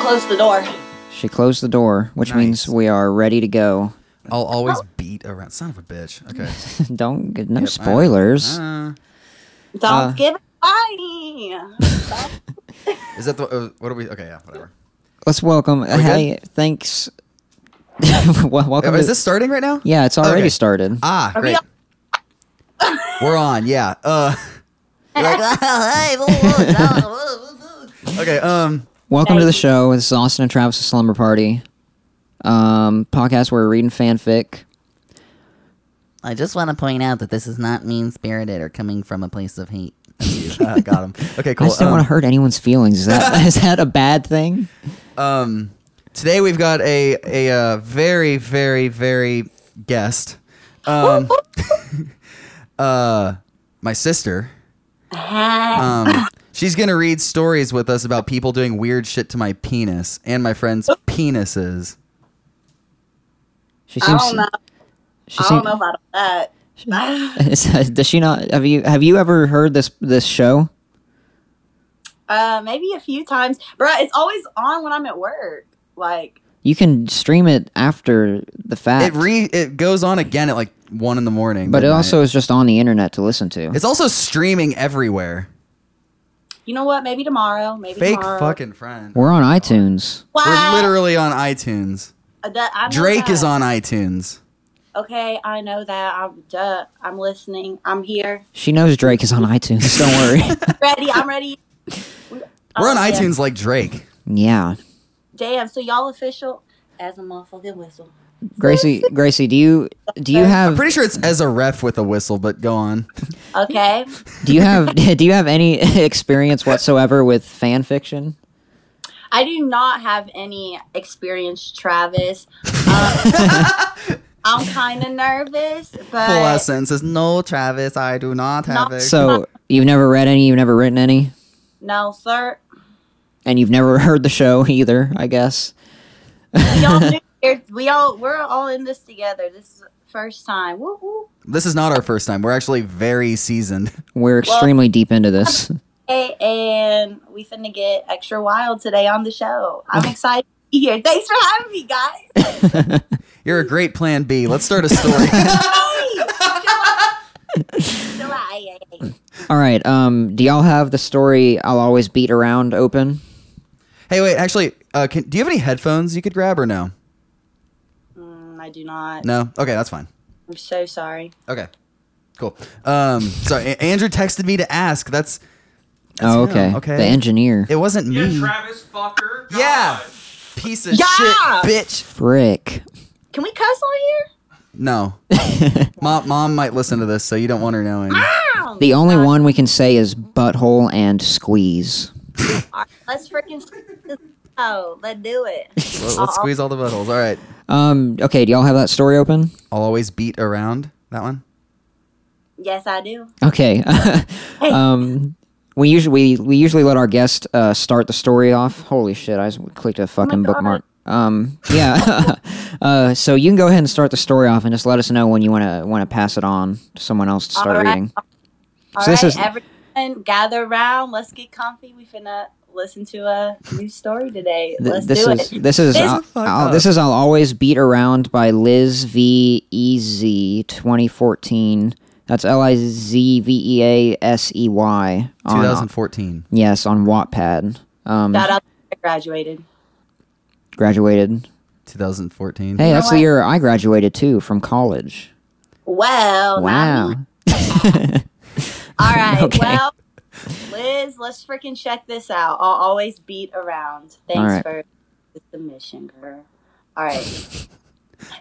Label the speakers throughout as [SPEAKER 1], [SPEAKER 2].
[SPEAKER 1] close the door.
[SPEAKER 2] She closed the door, which means
[SPEAKER 3] Nice.
[SPEAKER 2] we are ready to go.
[SPEAKER 3] I'll always beat around. Son of a bitch. Okay.
[SPEAKER 2] Don't get no spoilers.
[SPEAKER 3] Uh,
[SPEAKER 1] Don't give it away.
[SPEAKER 3] is that the. Uh, what are we. Okay, yeah, whatever.
[SPEAKER 2] Let's welcome. hey, thanks. Wel- welcome.
[SPEAKER 3] Oh, is
[SPEAKER 2] to-
[SPEAKER 3] this starting right now?
[SPEAKER 2] Yeah, it's already
[SPEAKER 3] Okay.
[SPEAKER 2] started.
[SPEAKER 3] Ah,
[SPEAKER 1] we
[SPEAKER 3] great. We're on, yeah. Uh, you're like, okay, um,
[SPEAKER 2] Welcome to the
[SPEAKER 1] Thank you.
[SPEAKER 2] show. This is Austin and Travis' Slumber Party um, podcast where we're reading fanfic.
[SPEAKER 4] I just want to point out that this is not mean spirited or coming from a place of hate.
[SPEAKER 3] you, uh, got him. Okay, cool.
[SPEAKER 2] I just don't
[SPEAKER 3] um,
[SPEAKER 2] want to hurt anyone's feelings. Is that is that a bad thing?
[SPEAKER 3] um, today we've got a a uh, very very very guest, um, uh, my sister. Uh, Um, she's gonna read stories with us about people doing weird shit to my penis and my friends' penises.
[SPEAKER 2] She
[SPEAKER 1] I
[SPEAKER 2] seems.
[SPEAKER 1] don't know.
[SPEAKER 2] She
[SPEAKER 1] I
[SPEAKER 2] seems
[SPEAKER 1] don't know about that.
[SPEAKER 2] is- does she not? Have you have you ever heard this this show?
[SPEAKER 1] Uh, maybe a few times, bruh. It's always on when I'm at work. Like,
[SPEAKER 2] You can stream it after the fact,
[SPEAKER 3] It re it goes on again at like one in the morning,
[SPEAKER 2] but it
[SPEAKER 3] midnight.
[SPEAKER 2] also is just on the internet to listen to.
[SPEAKER 3] it's also streaming everywhere.
[SPEAKER 1] you know what? Maybe tomorrow. Maybe
[SPEAKER 3] Fake
[SPEAKER 1] tomorrow.
[SPEAKER 3] fucking friend.
[SPEAKER 2] We're on iTunes.
[SPEAKER 1] Wow.
[SPEAKER 3] We're literally on iTunes.
[SPEAKER 1] Uh, that- I know
[SPEAKER 3] Drake is
[SPEAKER 1] that.
[SPEAKER 3] on iTunes.
[SPEAKER 1] Okay, I know that. I'm duh. I'm listening. I'm here.
[SPEAKER 2] She knows Drake is on iTunes. Don't worry.
[SPEAKER 1] Ready? I'm ready.
[SPEAKER 3] We're on
[SPEAKER 1] Oh, yeah.
[SPEAKER 3] iTunes like Drake.
[SPEAKER 2] yeah,
[SPEAKER 1] Damn. So y'all official as a motherfucking whistle.
[SPEAKER 2] Gracie, Gracie, do you do you have
[SPEAKER 3] Pretty sure it's as a ref with a whistle, but go on.
[SPEAKER 1] Okay.
[SPEAKER 2] Do you have do you have any experience whatsoever with fan fiction?
[SPEAKER 1] I do not have any experience, Travis. Um, I'm kind of nervous, but
[SPEAKER 3] Full ass sentence is no, Travis, I do not have
[SPEAKER 1] No.
[SPEAKER 3] it.
[SPEAKER 2] So you've never read any, you've never written any,
[SPEAKER 1] no, sir.
[SPEAKER 2] and you've never heard the show either, I guess.
[SPEAKER 1] We all, new here. we all we're all in this together. This is the first time. Woo woo.
[SPEAKER 3] this is not our first time. We're actually very seasoned.
[SPEAKER 2] We're extremely deep into this.
[SPEAKER 1] Hey, and we finna get extra wild today on the show. I'm excited to be here. Thanks for having me, guys.
[SPEAKER 3] You're a great plan B. Let's start a story.
[SPEAKER 1] Chill out. Ay, ay, ay.
[SPEAKER 2] All right, um, do y'all have the story I'll always beat around open?
[SPEAKER 3] hey, wait, actually, uh, can, do you have any headphones you could grab or no?
[SPEAKER 1] Mm, I do not.
[SPEAKER 3] No? Okay, that's fine.
[SPEAKER 1] I'm so sorry.
[SPEAKER 3] Okay, cool. Um, sorry, A- Andrew texted me to ask. That's,
[SPEAKER 2] Oh,
[SPEAKER 3] That's
[SPEAKER 2] okay.
[SPEAKER 3] him, okay.
[SPEAKER 2] The engineer.
[SPEAKER 3] it wasn't me.
[SPEAKER 5] Yeah, Travis fucker. God.
[SPEAKER 3] Yeah. Piece of
[SPEAKER 1] Yeah.
[SPEAKER 3] shit, bitch.
[SPEAKER 2] Frick.
[SPEAKER 1] Can we cuss on here?
[SPEAKER 3] No. mom, mom might listen to this, so you don't want her knowing.
[SPEAKER 1] Ow.
[SPEAKER 2] The only one we can say is butthole and squeeze.
[SPEAKER 1] All right, let's freaking oh, let's do it.
[SPEAKER 3] Well, let's squeeze all the buttholes. All right.
[SPEAKER 2] Um, okay, do y'all have that story open?
[SPEAKER 3] I'll always beat around that one.
[SPEAKER 1] Yes, I do.
[SPEAKER 2] Okay. um, we usually we, we usually let our guest uh, start the story off. Holy shit! I just clicked a fucking
[SPEAKER 1] God.
[SPEAKER 2] bookmark. Um, yeah. uh, so you can go ahead and start the story off, and just let us know when you want to want to pass it on to someone else to start
[SPEAKER 1] Alright.
[SPEAKER 2] reading.
[SPEAKER 1] All right,
[SPEAKER 2] So this is-
[SPEAKER 1] everyone, gather around. Let's get comfy. We finna listen to a new story today.
[SPEAKER 2] Th-
[SPEAKER 1] Let's
[SPEAKER 2] this
[SPEAKER 1] do
[SPEAKER 2] is
[SPEAKER 1] it.
[SPEAKER 2] this is
[SPEAKER 1] This-
[SPEAKER 2] I'll-
[SPEAKER 3] Fuck
[SPEAKER 2] I'll-
[SPEAKER 3] up.
[SPEAKER 2] this is I'll always beat around by Liz V E Z 2014. That's L I Z V E A S E Y.
[SPEAKER 1] Oh,
[SPEAKER 2] on-
[SPEAKER 3] 2014.
[SPEAKER 2] Yes, on Wattpad. Um,
[SPEAKER 1] Shout out! I graduated.
[SPEAKER 2] graduated
[SPEAKER 3] 2014.
[SPEAKER 2] Hey,
[SPEAKER 1] know
[SPEAKER 2] that's the
[SPEAKER 1] what?
[SPEAKER 2] year I graduated too from college.
[SPEAKER 1] Well, now
[SPEAKER 2] Wow.
[SPEAKER 1] you- all right.
[SPEAKER 2] Okay.
[SPEAKER 1] Well, Liz, let's freaking check this out. I'll always beat around. Thanks
[SPEAKER 2] Alright.
[SPEAKER 1] for the submission, girl. All right.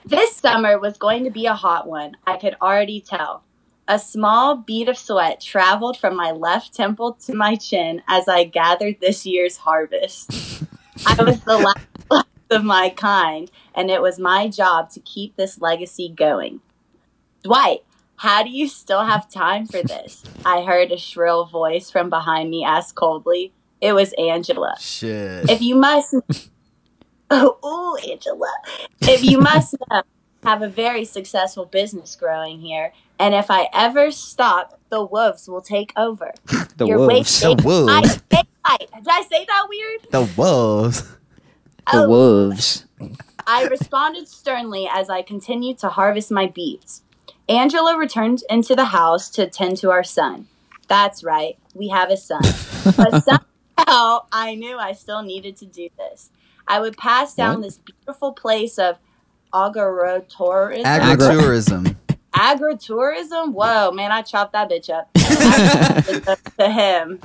[SPEAKER 1] this summer was going to be a hot one. I could already tell. A small bead of sweat traveled from my left temple to my chin as I gathered this year's harvest. I was the last left of my kind, and it was my job to keep this legacy going. Dwight, how do you still have time for this? I heard a shrill voice from behind me ask coldly. It was Angela.
[SPEAKER 3] Shit.
[SPEAKER 1] If you must, oh, ooh, Angela, if you must know, I have a very successful business growing here, and if I ever stop, the wolves will take over.
[SPEAKER 2] The
[SPEAKER 1] You're
[SPEAKER 2] wolves.
[SPEAKER 1] wasting
[SPEAKER 3] The wolves.
[SPEAKER 1] my daylight. Did I say that weird? Oh,
[SPEAKER 3] The wolves.
[SPEAKER 2] the wolves.
[SPEAKER 1] I responded sternly as I continued to harvest my beets. Angela returned into the house to attend to our son. That's right, we have a son. But somehow I knew I still needed to do this. I would pass down
[SPEAKER 2] What?
[SPEAKER 1] this beautiful place of agritourism.
[SPEAKER 3] Agritourism.
[SPEAKER 1] agritourism? Whoa, man, I chopped that bitch up. Agritourism to him.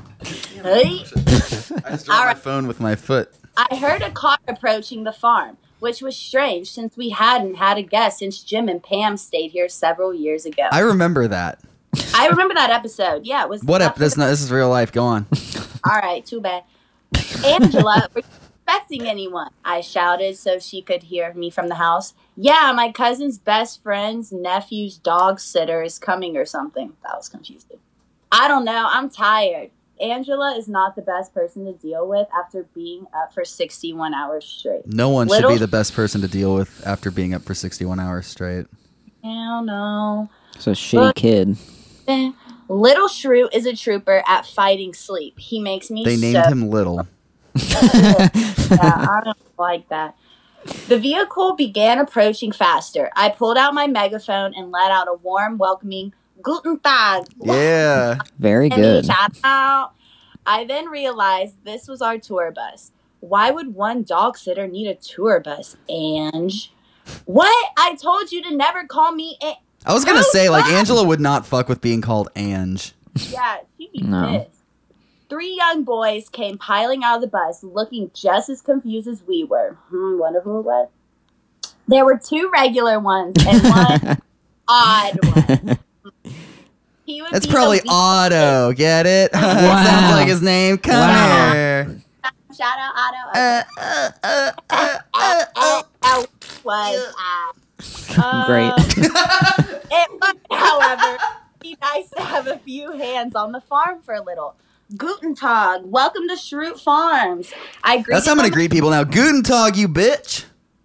[SPEAKER 1] Hey.
[SPEAKER 3] I just dropped
[SPEAKER 1] All
[SPEAKER 3] my
[SPEAKER 1] right.
[SPEAKER 3] phone with my foot.
[SPEAKER 1] I heard a car approaching the farm, which was strange since we hadn't had a guest since Jim and Pam stayed here several years ago.
[SPEAKER 3] I
[SPEAKER 1] I,
[SPEAKER 3] remember that.
[SPEAKER 1] remember that episode. Yeah, it was.
[SPEAKER 3] What up? That's not. This is real life. Go on.
[SPEAKER 1] All right, too bad. Angela, were you expecting anyone? I shouted so she could hear me from the house. Yeah, my cousin's best friend's nephew's dog sitter is coming or something. That was confusing. I don't know. I'm tired. Angela is not the best person to deal with after being up for 61 hours straight.
[SPEAKER 3] No one
[SPEAKER 1] Little-
[SPEAKER 3] should be the best person to deal with after being up for 61 hours straight.
[SPEAKER 1] Hell no.
[SPEAKER 2] It's a shitty kid.
[SPEAKER 1] Eh. Little Shrew is a trooper at fighting sleep. He makes me
[SPEAKER 3] They named
[SPEAKER 1] so
[SPEAKER 3] him Little.
[SPEAKER 1] yeah, I don't like that. The vehicle began approaching faster. I pulled out my megaphone and let out a warm, welcoming Guten Tag.
[SPEAKER 3] Yeah.
[SPEAKER 2] Very
[SPEAKER 1] And he
[SPEAKER 2] good.
[SPEAKER 1] shouted out. I then realized this was our tour bus. Why would one dog sitter need a tour bus, Ange? What? I told you to never call me. An-
[SPEAKER 3] I was gonna say like Angela would not fuck with being called Ange.
[SPEAKER 1] Yeah, she'd be
[SPEAKER 2] No.
[SPEAKER 1] pissed. Three young boys came piling out of the bus, looking just as confused as we were. Hmm, one of them it was. There were two regular ones and one odd one. He would
[SPEAKER 3] That's
[SPEAKER 1] be the
[SPEAKER 3] probably
[SPEAKER 1] weak-
[SPEAKER 3] Otto. Get it? It Sounds like his name. Come
[SPEAKER 2] Wow.
[SPEAKER 3] here.
[SPEAKER 1] Shout out Otto.
[SPEAKER 3] Uh, uh, uh, uh, uh, uh.
[SPEAKER 1] Out- out was I. Um,
[SPEAKER 2] Great.
[SPEAKER 1] It would, however, be nice to have a few hands on the farm for a little. Guten Tag, welcome to Shroot Farms. I
[SPEAKER 3] That's
[SPEAKER 1] greeted
[SPEAKER 3] how I'm gonna
[SPEAKER 1] them-
[SPEAKER 3] greet people now. Guten Tag, you bitch.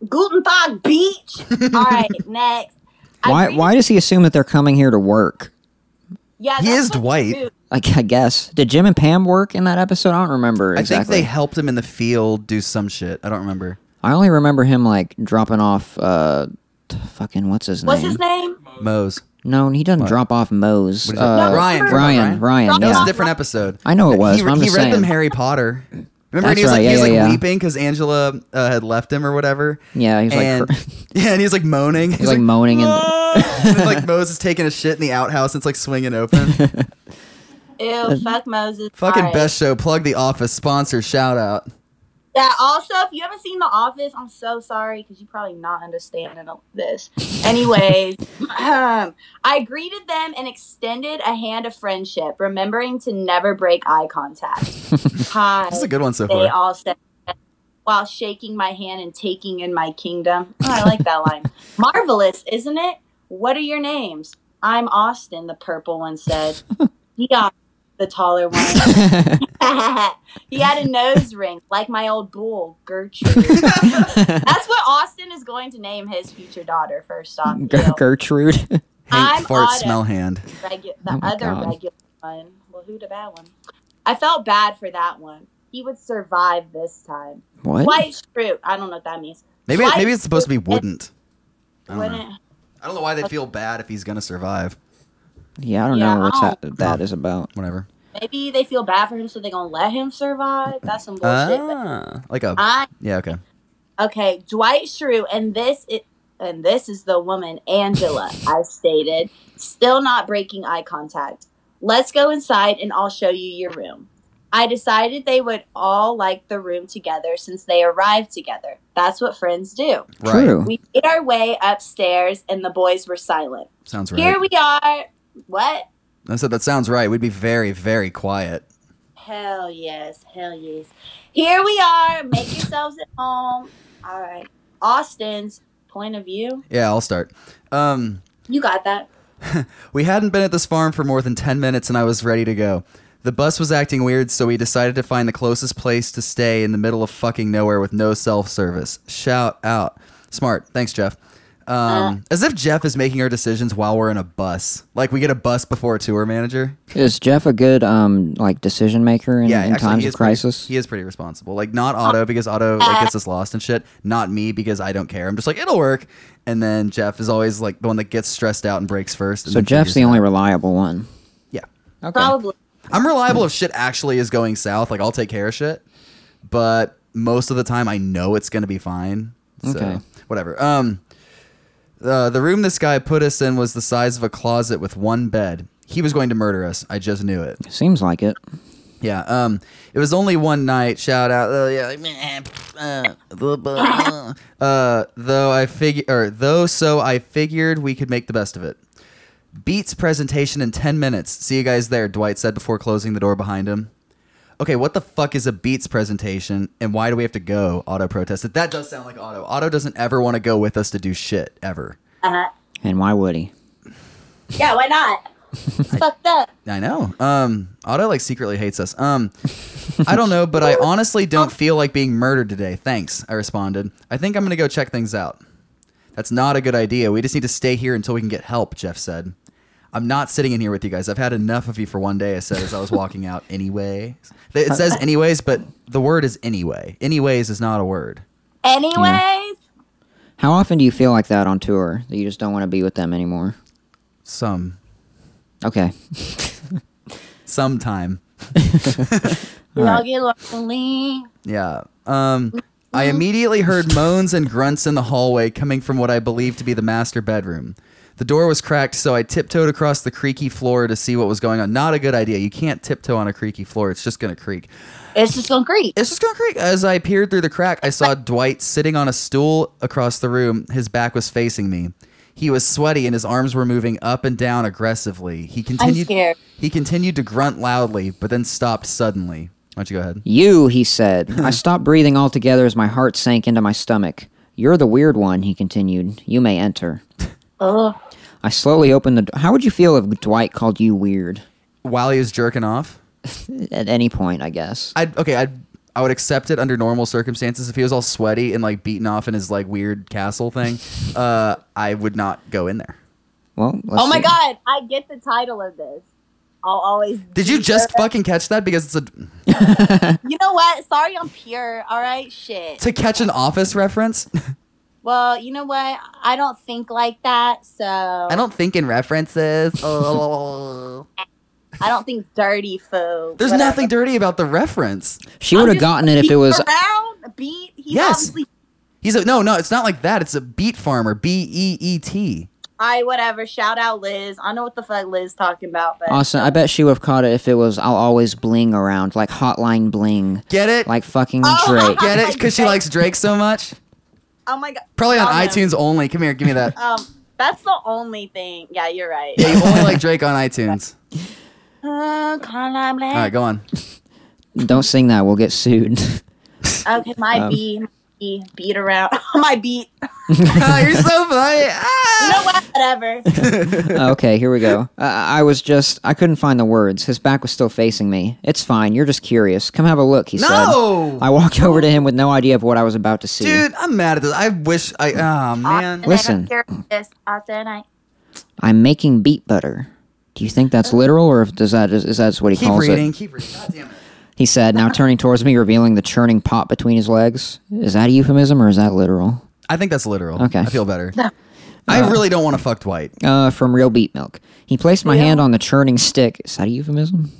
[SPEAKER 1] Guten Tag Beach. All right, next. I
[SPEAKER 2] Why?
[SPEAKER 1] greeted-
[SPEAKER 2] Why does he assume that they're coming here to work?
[SPEAKER 1] Yeah,
[SPEAKER 3] He
[SPEAKER 1] that's
[SPEAKER 3] is
[SPEAKER 1] what they
[SPEAKER 3] Dwight.
[SPEAKER 1] do.
[SPEAKER 2] Like, I guess. Did Jim and Pam work in that episode? I don't remember
[SPEAKER 3] I think
[SPEAKER 2] exactly.
[SPEAKER 3] they helped him in the field do some shit. I don't remember.
[SPEAKER 2] I only remember him like dropping off. uh t- Fucking what's his
[SPEAKER 1] What's
[SPEAKER 2] name?
[SPEAKER 1] his name?
[SPEAKER 3] Moe's.
[SPEAKER 2] No, he doesn't drop off Moe's.
[SPEAKER 3] What is it?
[SPEAKER 2] Uh,
[SPEAKER 3] Ryan.
[SPEAKER 2] Ryan. Ryan.
[SPEAKER 1] Ryan.
[SPEAKER 3] That was
[SPEAKER 2] yeah.
[SPEAKER 3] a different episode.
[SPEAKER 2] I know it was.
[SPEAKER 3] He,
[SPEAKER 2] but I'm
[SPEAKER 3] he
[SPEAKER 2] just
[SPEAKER 3] read
[SPEAKER 2] saying.
[SPEAKER 3] them Harry Potter. Remember, and
[SPEAKER 2] That's
[SPEAKER 3] he was
[SPEAKER 2] right,
[SPEAKER 3] like, he was
[SPEAKER 2] yeah,
[SPEAKER 3] like
[SPEAKER 2] yeah, yeah.
[SPEAKER 3] weeping because Angela uh, had left him or whatever.
[SPEAKER 2] yeah, he's
[SPEAKER 3] and
[SPEAKER 2] like, he's,
[SPEAKER 3] yeah, and he's like moaning. He's,
[SPEAKER 2] like, moaning and
[SPEAKER 3] and then, like Moses taking a shit in the outhouse. It's like swinging open.
[SPEAKER 1] Ew, fuck Moses.
[SPEAKER 3] Uh, Fucking
[SPEAKER 1] All right.
[SPEAKER 3] best show. Plug the office sponsor. Shout out.
[SPEAKER 1] Yeah, also, if you haven't seen The Office, I'm so sorry because you probably not understanding this. Anyways, um, I greeted them and extended a hand of friendship, remembering to never break eye contact. Hi.
[SPEAKER 3] This is a good one so
[SPEAKER 1] they
[SPEAKER 3] far.
[SPEAKER 1] all said while shaking my hand and taking in my kingdom. Oh, I like that line. Marvelous, isn't it? What are your names? I'm Austin, the purple one said. Yeah, the taller one. he had a nose ring, like my old bull, Gertrude. That's what Austin is going to name his future daughter, first off.
[SPEAKER 2] Ger-
[SPEAKER 1] Ew.
[SPEAKER 2] Gertrude.
[SPEAKER 1] I'm
[SPEAKER 3] Hank fart
[SPEAKER 1] Otto.
[SPEAKER 3] smell hand.
[SPEAKER 1] Regu- the
[SPEAKER 2] Oh my
[SPEAKER 1] other
[SPEAKER 2] God.
[SPEAKER 1] regular one. Well, who the bad one? I felt bad for that one. He would survive this time.
[SPEAKER 2] what?
[SPEAKER 1] White Shroot. I don't know what that means.
[SPEAKER 3] Maybe
[SPEAKER 1] Why-
[SPEAKER 3] maybe it's supposed to be wouldn't. I don't know.
[SPEAKER 1] Wouldn't
[SPEAKER 3] I don't know why they feel bad if he's gonna survive.
[SPEAKER 2] Yeah, I don't
[SPEAKER 1] Yeah, oh.
[SPEAKER 2] know
[SPEAKER 1] I
[SPEAKER 2] what that,
[SPEAKER 1] don't-
[SPEAKER 2] that is about.
[SPEAKER 3] Whatever.
[SPEAKER 1] maybe they feel bad for him, so they're gonna let him survive. That's some bullshit. but
[SPEAKER 3] Ah, like a
[SPEAKER 1] I
[SPEAKER 3] yeah okay.
[SPEAKER 1] okay, Dwight Schrute, and this it, and this is the woman Angela. I stated, still not breaking eye contact. Let's go inside, and I'll show you your room. I decided they would all like the room together since they arrived together. That's what friends do.
[SPEAKER 3] Right.
[SPEAKER 2] True.
[SPEAKER 1] We made our way upstairs, and the boys were silent.
[SPEAKER 3] Sounds right.
[SPEAKER 1] Here we are. What?
[SPEAKER 3] I said that sounds right. We'd be very very quiet.
[SPEAKER 1] Hell yes, hell yes. Here we are. Make yourselves at home. All right. Austin's point of view.
[SPEAKER 3] Yeah, I'll start. Um,
[SPEAKER 1] You got that.
[SPEAKER 3] we hadn't been at this farm for more than ten minutes, and I was ready to go. The bus was acting weird, so we decided to find the closest place to stay in the middle of fucking nowhere with no self service. Shout out. Smart. Thanks, Jeff.
[SPEAKER 2] Uh.
[SPEAKER 3] Um, as if Jeff is making our decisions while we're in a bus. Like we get a bus before a tour manager.
[SPEAKER 2] Is Jeff a good um like decision maker in,
[SPEAKER 3] Yeah,
[SPEAKER 2] in
[SPEAKER 3] actually,
[SPEAKER 2] times
[SPEAKER 3] he
[SPEAKER 2] of
[SPEAKER 3] is pretty-
[SPEAKER 2] crisis? Uh.
[SPEAKER 3] he is pretty responsible. Like not Otto because Otto like gets us lost and shit. Not me because I don't care. I'm just like it'll work. And then Jeff is always like the one that gets stressed out and breaks first. and
[SPEAKER 2] so
[SPEAKER 3] then
[SPEAKER 2] Jeff's the
[SPEAKER 3] figures
[SPEAKER 2] only reliable one.
[SPEAKER 3] it out. Yeah.
[SPEAKER 2] Okay.
[SPEAKER 1] Probably.
[SPEAKER 3] I'm reliable if shit actually is going south. Like I'll take care of shit, but most of the time I know it's gonna be fine. So
[SPEAKER 2] Okay.
[SPEAKER 3] whatever. Um, uh, the room this guy put us in was the size of a closet with one bed. He was going to murder us. I just knew it.
[SPEAKER 2] Seems like it.
[SPEAKER 3] Yeah. Um, it was only one night. Shout out. Uh, yeah.
[SPEAKER 4] Like, meh, uh, blah, blah, blah.
[SPEAKER 3] Uh, though I figure, or though so I figured we could make the best of it. Beats presentation in ten minutes. See you guys there. Dwight said before closing the door behind him. Okay, what the fuck is a Beats presentation, and why do we have to go? Auto protested. That does sound like Auto. Auto doesn't ever want to go with us to do shit ever.
[SPEAKER 1] Uh-huh.
[SPEAKER 2] And why would he?
[SPEAKER 1] Yeah, why not? It's fucked up.
[SPEAKER 3] I know. Um, Auto like secretly hates us. Um, I don't know, but I honestly don't feel like being murdered today. Thanks, I responded. I think I'm gonna go check things out. That's not a good idea. We just need to stay here until we can get help, Jeff said. I'm not sitting in here with you guys. I've had enough of you for one day, I said as I was walking out. Anyways, it says anyways, but the word is anyway. Anyways is not a word.
[SPEAKER 1] Anyways,
[SPEAKER 2] How often do you feel like that on tour that you just don't want to be with them anymore?
[SPEAKER 3] Some
[SPEAKER 2] Okay.
[SPEAKER 3] sometime.
[SPEAKER 1] we
[SPEAKER 2] All
[SPEAKER 1] all
[SPEAKER 2] right.
[SPEAKER 1] get lonely.
[SPEAKER 3] Yeah. Um, I immediately heard moans and grunts in the hallway coming from what I believed to be the master bedroom. The door was cracked, so I tiptoed across the creaky floor to see what was going on. Not a good idea. You can't tiptoe on a creaky floor. It's just going to creak.
[SPEAKER 1] It's just on Greek.
[SPEAKER 3] It's just going to creak. As I peered through the crack, I saw Dwight sitting on a stool across the room. His back was facing me. He was sweaty and his arms were moving up and down aggressively. He continued
[SPEAKER 1] scared.
[SPEAKER 3] He continued to grunt loudly, but then stopped suddenly. Why don't you go ahead?
[SPEAKER 2] You, he said. I stopped breathing altogether as my heart sank into my stomach. You're the weird one, he continued. You may enter.
[SPEAKER 1] Oh,
[SPEAKER 2] I slowly opened the door. How would you feel if Dwight called you weird?
[SPEAKER 3] While he was jerking off?
[SPEAKER 2] At any point, I guess.
[SPEAKER 3] I'd okay, I'd I would accept it under normal circumstances if he was all sweaty and like beaten off in his like weird castle thing. Uh, I would not go in there.
[SPEAKER 2] Well, let's
[SPEAKER 1] oh my
[SPEAKER 2] see.
[SPEAKER 1] God! I get the title of this. I'll always.
[SPEAKER 3] Did you
[SPEAKER 1] be
[SPEAKER 3] just
[SPEAKER 1] there.
[SPEAKER 3] fucking catch that? Because it's a
[SPEAKER 1] You know what? Sorry, I'm pure. All right, shit.
[SPEAKER 3] to catch an office reference.
[SPEAKER 1] Well, you know what? I don't think like that, so I
[SPEAKER 3] I don't think in references.
[SPEAKER 4] Oh.
[SPEAKER 1] I don't think dirty fool.
[SPEAKER 3] There's
[SPEAKER 1] Whatever.
[SPEAKER 3] nothing dirty about the reference.
[SPEAKER 2] She would
[SPEAKER 1] I'm
[SPEAKER 2] have
[SPEAKER 1] just
[SPEAKER 2] gotten it if
[SPEAKER 1] beat
[SPEAKER 2] it was.
[SPEAKER 1] around beat. He's
[SPEAKER 3] Yes.
[SPEAKER 1] obviously
[SPEAKER 3] He's a no, no. It's not like that. It's a beat farmer. B E E T.
[SPEAKER 1] I whatever. Shout out Liz. I know what the fuck Liz talking about, but
[SPEAKER 2] Austin, I bet she would have caught it if it was I'll always bling around, like hotline bling,
[SPEAKER 3] Get it?
[SPEAKER 2] like fucking
[SPEAKER 1] Oh.
[SPEAKER 2] Drake.
[SPEAKER 3] Get it? Because she likes Drake so much.
[SPEAKER 1] oh my god,
[SPEAKER 3] Probably on
[SPEAKER 1] Oh, no.
[SPEAKER 3] iTunes only. Come here, give me that.
[SPEAKER 1] Um, that's the only thing. Yeah, you're right.
[SPEAKER 3] Yeah, you only like Drake on iTunes.
[SPEAKER 1] Uh, Carla Bley.
[SPEAKER 3] All right, go on.
[SPEAKER 2] Don't sing that, we'll get sued.
[SPEAKER 1] Okay, my
[SPEAKER 2] Um,
[SPEAKER 1] B, my B beat around my beat.
[SPEAKER 3] You're so funny. Ah!
[SPEAKER 1] You know what? Whatever.
[SPEAKER 2] okay, here we go. Uh, I was just. I couldn't find the words. His back was still facing me. It's fine. You're just curious. Come have a look, he
[SPEAKER 3] No!
[SPEAKER 2] said. I walked over to him with no idea of what I was about to see.
[SPEAKER 3] Dude, I'm mad at this. I wish I. Oh man.
[SPEAKER 1] I said I'm
[SPEAKER 2] Listen.
[SPEAKER 1] curious. I said I.
[SPEAKER 2] I'm making beet butter. Do you think that's literal, or if- does that is, is that what he
[SPEAKER 3] Keep
[SPEAKER 2] calls
[SPEAKER 3] reading.
[SPEAKER 2] it?
[SPEAKER 3] Keep reading. God damn it.
[SPEAKER 2] He said, now turning towards me, revealing the churning pot between his legs. Is that a euphemism, or is that literal?
[SPEAKER 3] I think that's literal.
[SPEAKER 2] Okay.
[SPEAKER 3] I feel better. I really don't want to fuck Dwight.
[SPEAKER 2] Uh, from real beet milk. He placed my hand on the churning stick. Is that a euphemism?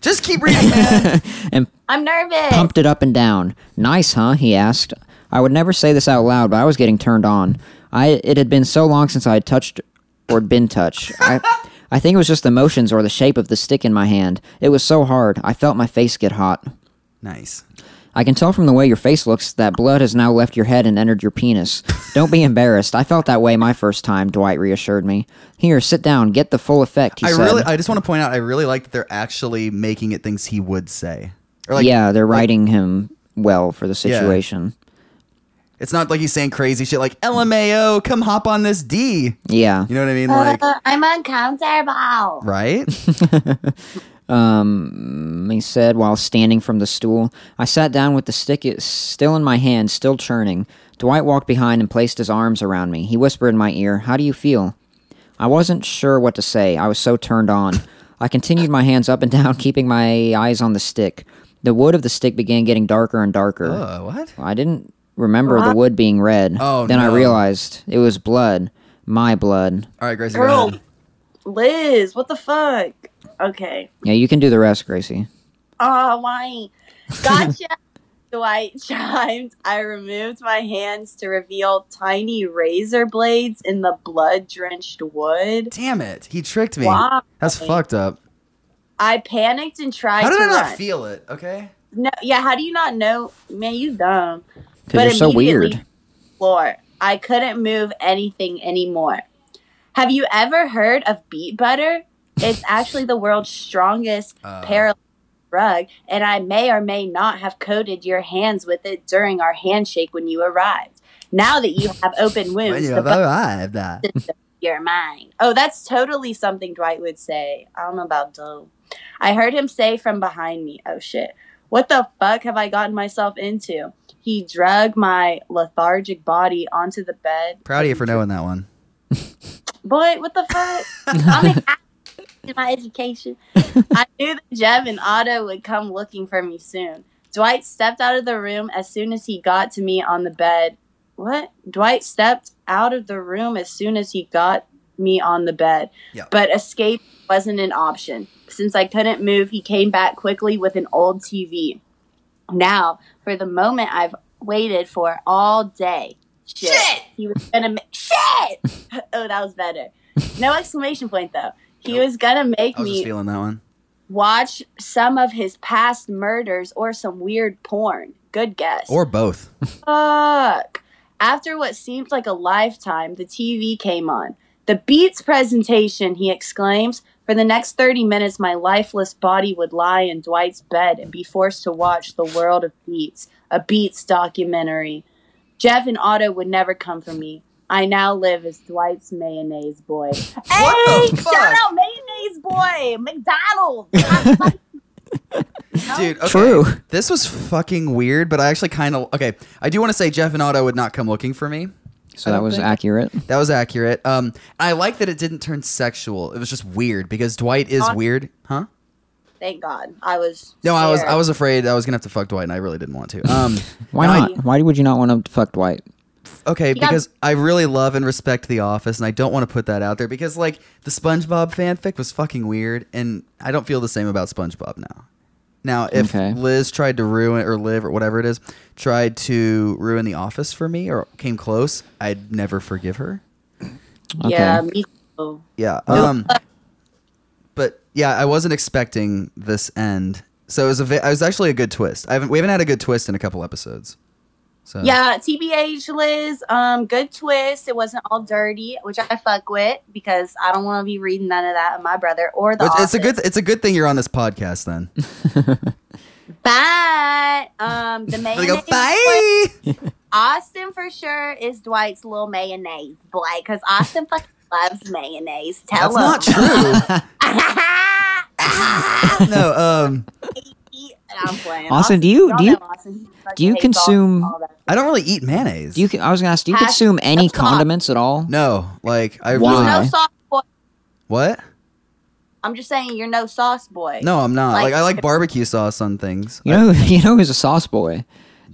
[SPEAKER 3] Just keep reading, man.
[SPEAKER 2] And
[SPEAKER 1] I'm nervous.
[SPEAKER 2] pumped it up and down. Nice, huh? He asked. I would never say this out loud, but I was getting turned on. I it had been so long since I had touched or been touched. I I think it was just the motions or the shape of the stick in my hand. It was so hard. I felt my face get hot.
[SPEAKER 3] nice.
[SPEAKER 2] I can tell from the way your face looks that blood has now left your head and entered your penis. Don't be embarrassed. I felt that way my first time, Dwight reassured me. Here, sit down. Get the full effect, he
[SPEAKER 3] I
[SPEAKER 2] said.
[SPEAKER 3] really. I just want to point out. I really like that they're actually making it things he would say. Or like,
[SPEAKER 2] yeah, they're writing him well for the
[SPEAKER 3] Yeah.
[SPEAKER 2] situation.
[SPEAKER 3] it's not like he's saying crazy shit like "LMAO, come hop on this D."
[SPEAKER 2] Yeah.
[SPEAKER 3] You know what I mean? Like,
[SPEAKER 1] Uh, I'm uncomfortable.
[SPEAKER 3] right?
[SPEAKER 2] um, he said while standing from the stool. I sat down with the stick i- still in my hand, still churning. Dwight walked behind and placed his arms around me. He whispered in my ear, How do you feel? I wasn't sure what to say. I was so turned on. I continued my hands up and down, keeping my eyes on the stick. The wood of the stick began getting darker and darker.
[SPEAKER 3] Oh, what?
[SPEAKER 2] I didn't remember the wood being red.
[SPEAKER 3] Oh,
[SPEAKER 2] then
[SPEAKER 3] no.
[SPEAKER 2] I realized it was blood. My blood.
[SPEAKER 3] All right, Gracie. Go
[SPEAKER 1] Girl,
[SPEAKER 3] ahead.
[SPEAKER 1] Liz, what the fuck? Okay.
[SPEAKER 2] Yeah, you can do the rest, Gracie.
[SPEAKER 1] Oh, why? Gotcha. Dwight chimed. I removed my hands to reveal tiny razor blades in the blood drenched wood.
[SPEAKER 3] Damn it! He tricked me.
[SPEAKER 1] Why?
[SPEAKER 3] That's fucked up.
[SPEAKER 1] I panicked and tried
[SPEAKER 3] How did
[SPEAKER 1] to
[SPEAKER 3] I not
[SPEAKER 1] run.
[SPEAKER 3] feel it? Okay.
[SPEAKER 1] no, yeah, how do you not know? Man, you dumb.
[SPEAKER 2] Because you're so
[SPEAKER 1] immediately-
[SPEAKER 2] weird.
[SPEAKER 1] Floor. I couldn't move anything anymore. Have you ever heard of beet butter? It's actually the world's strongest
[SPEAKER 3] Uh,
[SPEAKER 1] parallel rug, and I may or may not have coated your hands with it during our handshake when you arrived. Now that you have open wounds, the butter
[SPEAKER 3] arrived, uh,
[SPEAKER 1] you're mine. Oh, that's totally something Dwight would say. I don't know about Doe. I heard him say from behind me, oh shit, what the fuck have I gotten myself into? He drug my lethargic body onto the bed.
[SPEAKER 3] proud of you for knowing that one.
[SPEAKER 1] Boy, what the fuck? I'm an ass in my education. I knew that Jeb and Otto would come looking for me soon. Dwight stepped out of the room as soon as he got to me on the bed. What? Dwight stepped out of the room as soon as he got me on the bed.
[SPEAKER 3] Yep.
[SPEAKER 1] But escape wasn't an option. Since I couldn't move, he came back quickly with an old TV. Now, for the moment I've waited for all day. Shit. He was gonna make shit. oh, that was better. No exclamation point though. He
[SPEAKER 3] Nope.
[SPEAKER 1] was gonna make
[SPEAKER 3] I was just
[SPEAKER 1] me
[SPEAKER 3] feeling that one.
[SPEAKER 1] watch some of his past murders or some weird porn. Good guess.
[SPEAKER 3] Or both.
[SPEAKER 1] Fuck. After what seemed like a lifetime, the TV came on. The Beats presentation, he exclaims. For the next 30 minutes, my lifeless body would lie in Dwight's bed and be forced to watch The World of Beats, a Beats documentary. Jeff and Otto would never come for me. I now live as Dwight's mayonnaise boy. hey,
[SPEAKER 3] the fuck?
[SPEAKER 1] shout out mayonnaise boy, McDonald's. I like
[SPEAKER 3] Dude, okay.
[SPEAKER 2] True.
[SPEAKER 3] This was fucking weird, but I actually kind of okay. I do want to say Jeff and Otto would not come looking for me.
[SPEAKER 2] So
[SPEAKER 3] I
[SPEAKER 2] that
[SPEAKER 3] don't
[SPEAKER 2] was
[SPEAKER 3] think-
[SPEAKER 2] accurate.
[SPEAKER 3] That was accurate. Um, I like that it didn't turn sexual. It was just weird because Dwight is
[SPEAKER 1] Not-
[SPEAKER 3] weird, huh?
[SPEAKER 1] Thank God, I was.
[SPEAKER 3] No, I was
[SPEAKER 1] scared.
[SPEAKER 3] I was afraid I was gonna have to fuck Dwight, and I really didn't want to. Um,
[SPEAKER 2] Why
[SPEAKER 3] no, I-
[SPEAKER 2] not? Why would you not want to fuck Dwight?
[SPEAKER 3] okay,
[SPEAKER 1] got-
[SPEAKER 3] because I really love and respect The Office, and I don't want to put that out there because like the SpongeBob fanfic was fucking weird, and I don't feel the same about SpongeBob now. Now, if
[SPEAKER 2] Okay.
[SPEAKER 3] Liz tried to ruin or live or whatever it is, tried to ruin The Office for me or came close, I'd never forgive her.
[SPEAKER 2] Okay.
[SPEAKER 1] Yeah, me too.
[SPEAKER 3] Yeah. Um, but yeah, I wasn't expecting this end, so it was a. ve- It was actually a good twist. I haven't. We haven't had a good twist in a couple episodes. So
[SPEAKER 1] Yeah, TBH Liz, um, good twist. It wasn't all dirty, which I fuck with because I don't want to be reading none of that of my brother or the.
[SPEAKER 3] But it's a
[SPEAKER 1] Office.
[SPEAKER 3] good. It's a good thing you're on this podcast then.
[SPEAKER 1] But um, the
[SPEAKER 3] They go,
[SPEAKER 1] mayonnaise.
[SPEAKER 3] bye.
[SPEAKER 1] Austin for sure is Dwight's little mayonnaise boy because Austin fucking loves mayonnaise. Tell
[SPEAKER 3] That's
[SPEAKER 1] him.
[SPEAKER 3] not true. no. Um,
[SPEAKER 1] I'm playing.
[SPEAKER 2] Austin, do you-
[SPEAKER 1] y'all
[SPEAKER 2] do you-
[SPEAKER 1] know Austin. He fucking
[SPEAKER 2] you
[SPEAKER 1] hates all-
[SPEAKER 2] consume-
[SPEAKER 1] all that.
[SPEAKER 3] I don't really eat mayonnaise.
[SPEAKER 2] Do you? I was gonna ask. Do you
[SPEAKER 1] Hash-
[SPEAKER 2] consume any
[SPEAKER 1] that's a lot.
[SPEAKER 2] condiments at all?
[SPEAKER 3] no, like I
[SPEAKER 2] Why?
[SPEAKER 3] really.
[SPEAKER 1] No
[SPEAKER 2] Why?
[SPEAKER 1] sauce boy.
[SPEAKER 3] What?
[SPEAKER 1] I'm just saying you're no sauce boy.
[SPEAKER 3] No, I'm not. Like,
[SPEAKER 1] Like-
[SPEAKER 3] I like barbecue sauce on things.
[SPEAKER 2] You know, you know who's a sauce boy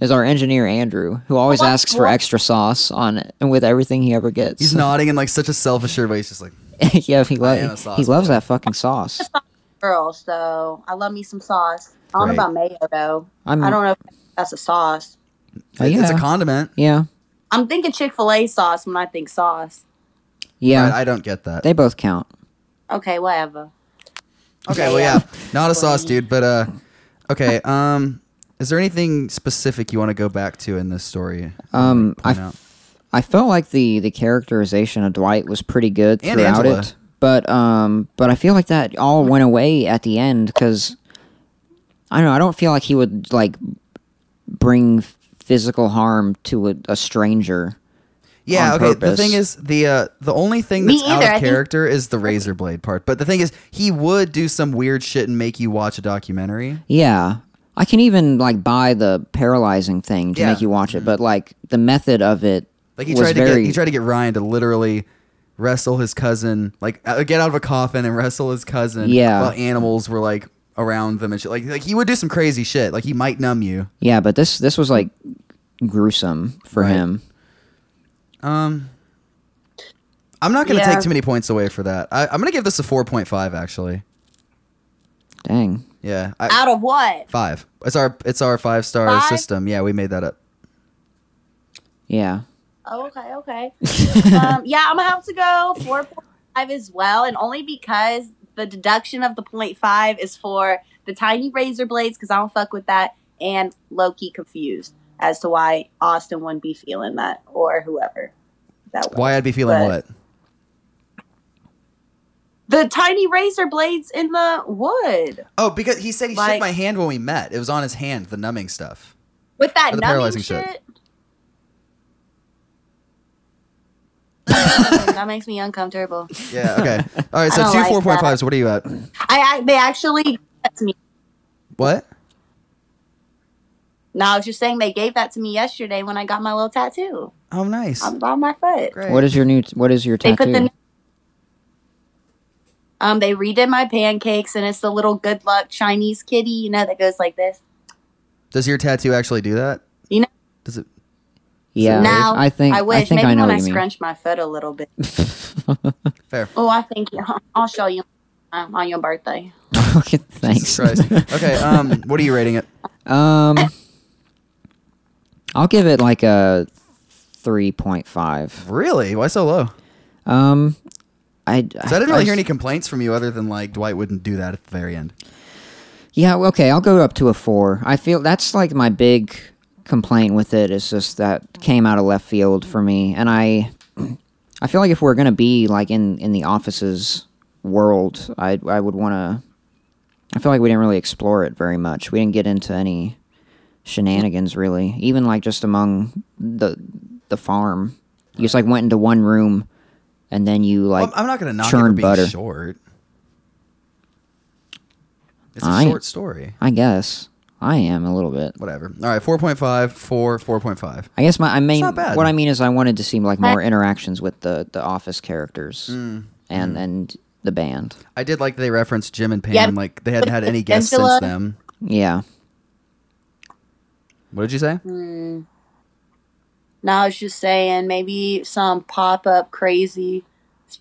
[SPEAKER 2] is our engineer Andrew, who always
[SPEAKER 1] What?
[SPEAKER 2] asks for
[SPEAKER 1] What?
[SPEAKER 2] extra sauce on it and with everything he ever gets.
[SPEAKER 3] He's nodding in like such a self-assured way. He's just like,
[SPEAKER 2] yeah, he, lo-
[SPEAKER 3] I am a
[SPEAKER 2] he
[SPEAKER 3] sauce
[SPEAKER 2] loves that fucking sauce.
[SPEAKER 1] girl, so I love me some sauce. I don't
[SPEAKER 3] Right. Hmm.
[SPEAKER 1] know about mayo though.
[SPEAKER 2] I'm-
[SPEAKER 1] I don't know if that's a sauce.
[SPEAKER 2] Oh,
[SPEAKER 3] "It- it's a
[SPEAKER 2] yeah.
[SPEAKER 3] condiment.
[SPEAKER 2] Yeah,
[SPEAKER 1] I'm thinking Chick Fil A sauce when I think sauce.
[SPEAKER 2] yeah,
[SPEAKER 3] I, I don't get that.
[SPEAKER 2] they both count.
[SPEAKER 1] Okay, whatever.
[SPEAKER 3] Okay, well, yeah, not a sauce, dude. But uh, okay. Um, is there anything specific you want to go back to in this story?
[SPEAKER 2] Um, I,
[SPEAKER 3] out.
[SPEAKER 2] f- I felt like the the characterization of Dwight was pretty good
[SPEAKER 3] And
[SPEAKER 2] throughout
[SPEAKER 3] Angela.
[SPEAKER 2] it, but um, but I feel like that all went away at the end because I don't know. I don't feel like he would like bring physical harm to a, a stranger. on
[SPEAKER 3] Yeah, okay. The
[SPEAKER 2] purpose.
[SPEAKER 3] thing is, the uh, the only thing
[SPEAKER 1] Me
[SPEAKER 3] that's out
[SPEAKER 1] either, I
[SPEAKER 3] of
[SPEAKER 1] think-
[SPEAKER 3] character is the razor blade part. But the thing is, he would do some weird shit and make you watch a documentary.
[SPEAKER 2] yeah, I can even like buy the paralyzing thing to
[SPEAKER 3] Yeah. Mm-hmm.
[SPEAKER 2] make you watch it, but like the method of it,
[SPEAKER 3] Like he
[SPEAKER 2] was
[SPEAKER 3] tried to
[SPEAKER 2] very
[SPEAKER 3] get he tried to get Ryan to literally wrestle his cousin, like uh, get out of a coffin and wrestle his cousin.
[SPEAKER 2] Yeah.
[SPEAKER 3] while animals were like around them and shit. Like like he would do some crazy shit. Like he might numb you.
[SPEAKER 2] yeah, but this this was like gruesome for
[SPEAKER 3] Right.
[SPEAKER 2] him.
[SPEAKER 3] Um, I'm not gonna
[SPEAKER 1] Yeah.
[SPEAKER 3] take too many points away for that. I, I'm gonna give this a 4.5 actually.
[SPEAKER 2] Dang.
[SPEAKER 3] Yeah, I,
[SPEAKER 1] Out of what?
[SPEAKER 3] five. It's our it's our five star
[SPEAKER 1] Five?
[SPEAKER 3] system. Yeah, we made that up.
[SPEAKER 2] Yeah.
[SPEAKER 1] Oh, okay, okay. um, yeah, I'm gonna have to go four point five as well, and only because the deduction of the point five is for the tiny razor blades because I don't fuck with that, and Loki confused as to why Austin wouldn't be feeling that or whoever that was.
[SPEAKER 3] Why I'd be feeling
[SPEAKER 1] But-
[SPEAKER 3] what?
[SPEAKER 1] The tiny razor blades in the wood
[SPEAKER 3] Oh, because he said he shook
[SPEAKER 1] Like-
[SPEAKER 3] my hand when we met. It was on his hand, the numbing stuff.
[SPEAKER 1] with that
[SPEAKER 3] Or the
[SPEAKER 1] numbing
[SPEAKER 3] paralyzing
[SPEAKER 1] shit.
[SPEAKER 3] shit.
[SPEAKER 1] Oh, that makes me uncomfortable.
[SPEAKER 3] Yeah. Okay. All
[SPEAKER 1] I
[SPEAKER 3] right. So
[SPEAKER 1] don't
[SPEAKER 3] two
[SPEAKER 1] like
[SPEAKER 3] four point fives. What are you at?
[SPEAKER 1] I, I they actually gave that to me.
[SPEAKER 3] What?
[SPEAKER 1] No, I was just saying they gave that to me yesterday when I got my little tattoo
[SPEAKER 3] Oh, nice.
[SPEAKER 1] on, on my foot.
[SPEAKER 3] Great.
[SPEAKER 2] What is your new? What is your
[SPEAKER 1] They
[SPEAKER 2] tattoo?
[SPEAKER 1] put the um they redid my pancakes and it's the little good luck Chinese kitty, you know, that goes like this.
[SPEAKER 3] Does your tattoo actually do that?
[SPEAKER 1] You know-
[SPEAKER 3] Does it?
[SPEAKER 2] yeah,
[SPEAKER 1] now
[SPEAKER 2] I think
[SPEAKER 1] I wish
[SPEAKER 2] I think
[SPEAKER 1] maybe
[SPEAKER 2] I know
[SPEAKER 1] when
[SPEAKER 2] what
[SPEAKER 1] I
[SPEAKER 2] you mean.
[SPEAKER 1] scrunch my foot a little bit.
[SPEAKER 3] Fair.
[SPEAKER 1] Oh, I think I'll show you um, on your birthday.
[SPEAKER 2] okay, thanks.
[SPEAKER 3] Jesus Christ. Okay. Um. What are you rating it?
[SPEAKER 2] Um, I'll give it like a three point five.
[SPEAKER 3] Really? Why so low?
[SPEAKER 2] Um, I
[SPEAKER 3] 'Cause I didn't really hear any complaints from you other than like Dwight wouldn't do that at the very end.
[SPEAKER 2] Yeah, well, okay, I'll go up to a four. I feel that's like my big complaint with it is just that came out of left field for me, and I, I feel like if we're gonna be like in in the offices world, I I would want to. I feel like we didn't really explore it very much. We didn't get into any shenanigans really, even like just among the the farm. You just like went into one room, and then you like
[SPEAKER 3] I'm, I'm not gonna knock it for
[SPEAKER 2] churn
[SPEAKER 3] being
[SPEAKER 2] butter.
[SPEAKER 3] short. It's a
[SPEAKER 2] I-
[SPEAKER 3] short story.
[SPEAKER 2] I guess I am a little bit.
[SPEAKER 3] Whatever. All right. Four point five. Four. Four point five.
[SPEAKER 2] I guess my I mean
[SPEAKER 3] not bad.
[SPEAKER 2] what I mean is I wanted to see like more interactions with the the office characters
[SPEAKER 3] Mm.
[SPEAKER 2] and and the band.
[SPEAKER 3] I did like that they referenced Jim and Pam.
[SPEAKER 1] Yeah.
[SPEAKER 3] Like they hadn't had any guests since
[SPEAKER 1] Angela.
[SPEAKER 3] them.
[SPEAKER 2] Yeah.
[SPEAKER 3] What did you say?
[SPEAKER 1] Hmm. No, I was just saying maybe some pop up crazy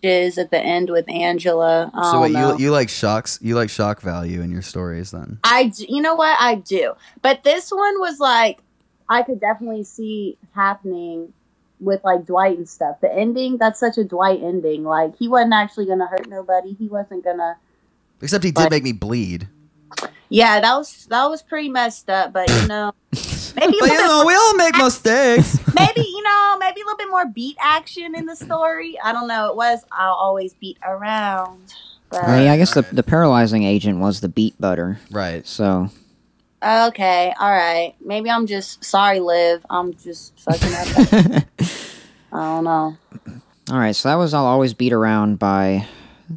[SPEAKER 1] shiz at the end with Angela. Um, I
[SPEAKER 3] So
[SPEAKER 1] don't
[SPEAKER 3] wait,
[SPEAKER 1] know.
[SPEAKER 3] you you like shocks? You like shock value in your stories then?
[SPEAKER 1] I d- you know what I do, but this one was like I could definitely see happening with like Dwight and stuff. The ending that's such a Dwight ending. Like he wasn't actually gonna hurt nobody. He wasn't gonna.
[SPEAKER 3] Except he did
[SPEAKER 1] But-
[SPEAKER 3] make me bleed.
[SPEAKER 1] Yeah, that was that was pretty messed up. But you know, maybe a little
[SPEAKER 3] But you
[SPEAKER 1] bit,
[SPEAKER 3] know, we all make mistakes.
[SPEAKER 1] maybe you know maybe a little bit more beat action in the story. I don't know. It was I'll always beat around. But
[SPEAKER 2] I, mean, I guess the,
[SPEAKER 3] alright.
[SPEAKER 2] the paralyzing agent was the beat butter.
[SPEAKER 3] right.
[SPEAKER 2] So
[SPEAKER 1] okay, all right. Maybe I'm just sorry, Liv. I'm just fucking up. I don't know.
[SPEAKER 2] all right, so that was I'll always beat around by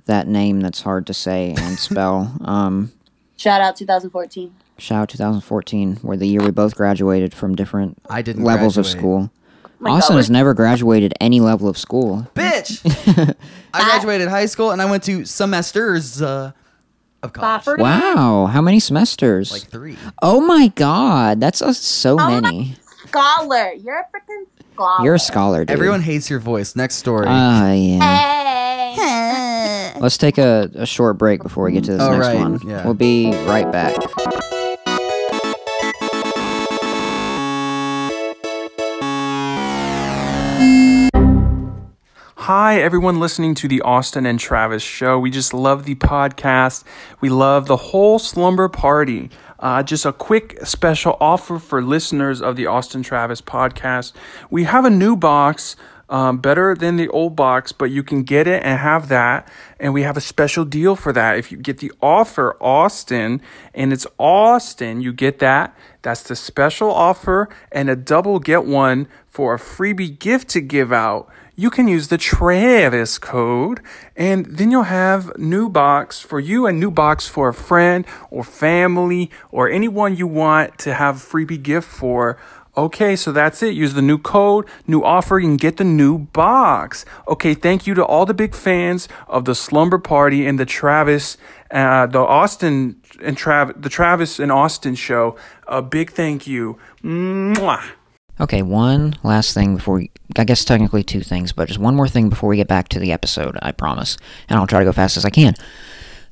[SPEAKER 2] that name that's hard to say and spell. um
[SPEAKER 1] Shout out 2014.
[SPEAKER 2] shout out 2014 where the year we both graduated from different
[SPEAKER 3] I didn't
[SPEAKER 2] levels of
[SPEAKER 3] graduate.
[SPEAKER 2] school.
[SPEAKER 1] Oh my
[SPEAKER 2] Austin
[SPEAKER 1] God,
[SPEAKER 2] has never graduated any level of school.
[SPEAKER 3] Bitch. I graduated high school and I went to semesters uh, of college.
[SPEAKER 1] Buffer.
[SPEAKER 2] Wow, how many semesters?
[SPEAKER 3] Like three.
[SPEAKER 2] Oh my god, that's uh, so
[SPEAKER 1] my-
[SPEAKER 2] many.
[SPEAKER 1] Scholar. You're a freaking scholar.
[SPEAKER 2] You're a scholar, dude.
[SPEAKER 3] Everyone hates your voice. Next story.
[SPEAKER 2] Ah, yeah.
[SPEAKER 1] Hey.
[SPEAKER 2] Let's take a, a short break before we get to this
[SPEAKER 3] Oh,
[SPEAKER 2] next
[SPEAKER 3] right,
[SPEAKER 2] one.
[SPEAKER 3] yeah.
[SPEAKER 2] We'll be right back.
[SPEAKER 5] Hi, everyone listening to the Austin and Travis show. We just love the podcast. We love the whole slumber party. Uh, just a quick special offer for listeners of the Austin Travis podcast. We have a new box um, better than the old box, but you can get it and have that. And we have a special deal for that. If you get the offer, Austin, and it's Austin, you get that. That's the special offer and a double get one for a freebie gift to give out. You can use the Travis code, and then you'll have new box for you and new box for a friend or family or anyone you want to have freebie gift for. Okay, so that's it. Use the new code, new offer, you can get the new box. Okay, thank you to all the big fans of the Slumber Party and the Travis, uh, the Austin and Trav, the Travis and Austin show. A big thank you. Mwah.
[SPEAKER 2] Okay, one last thing before we, I guess technically two things, but just one more thing before we get back to the episode, I promise. And I'll try to go fast as I can.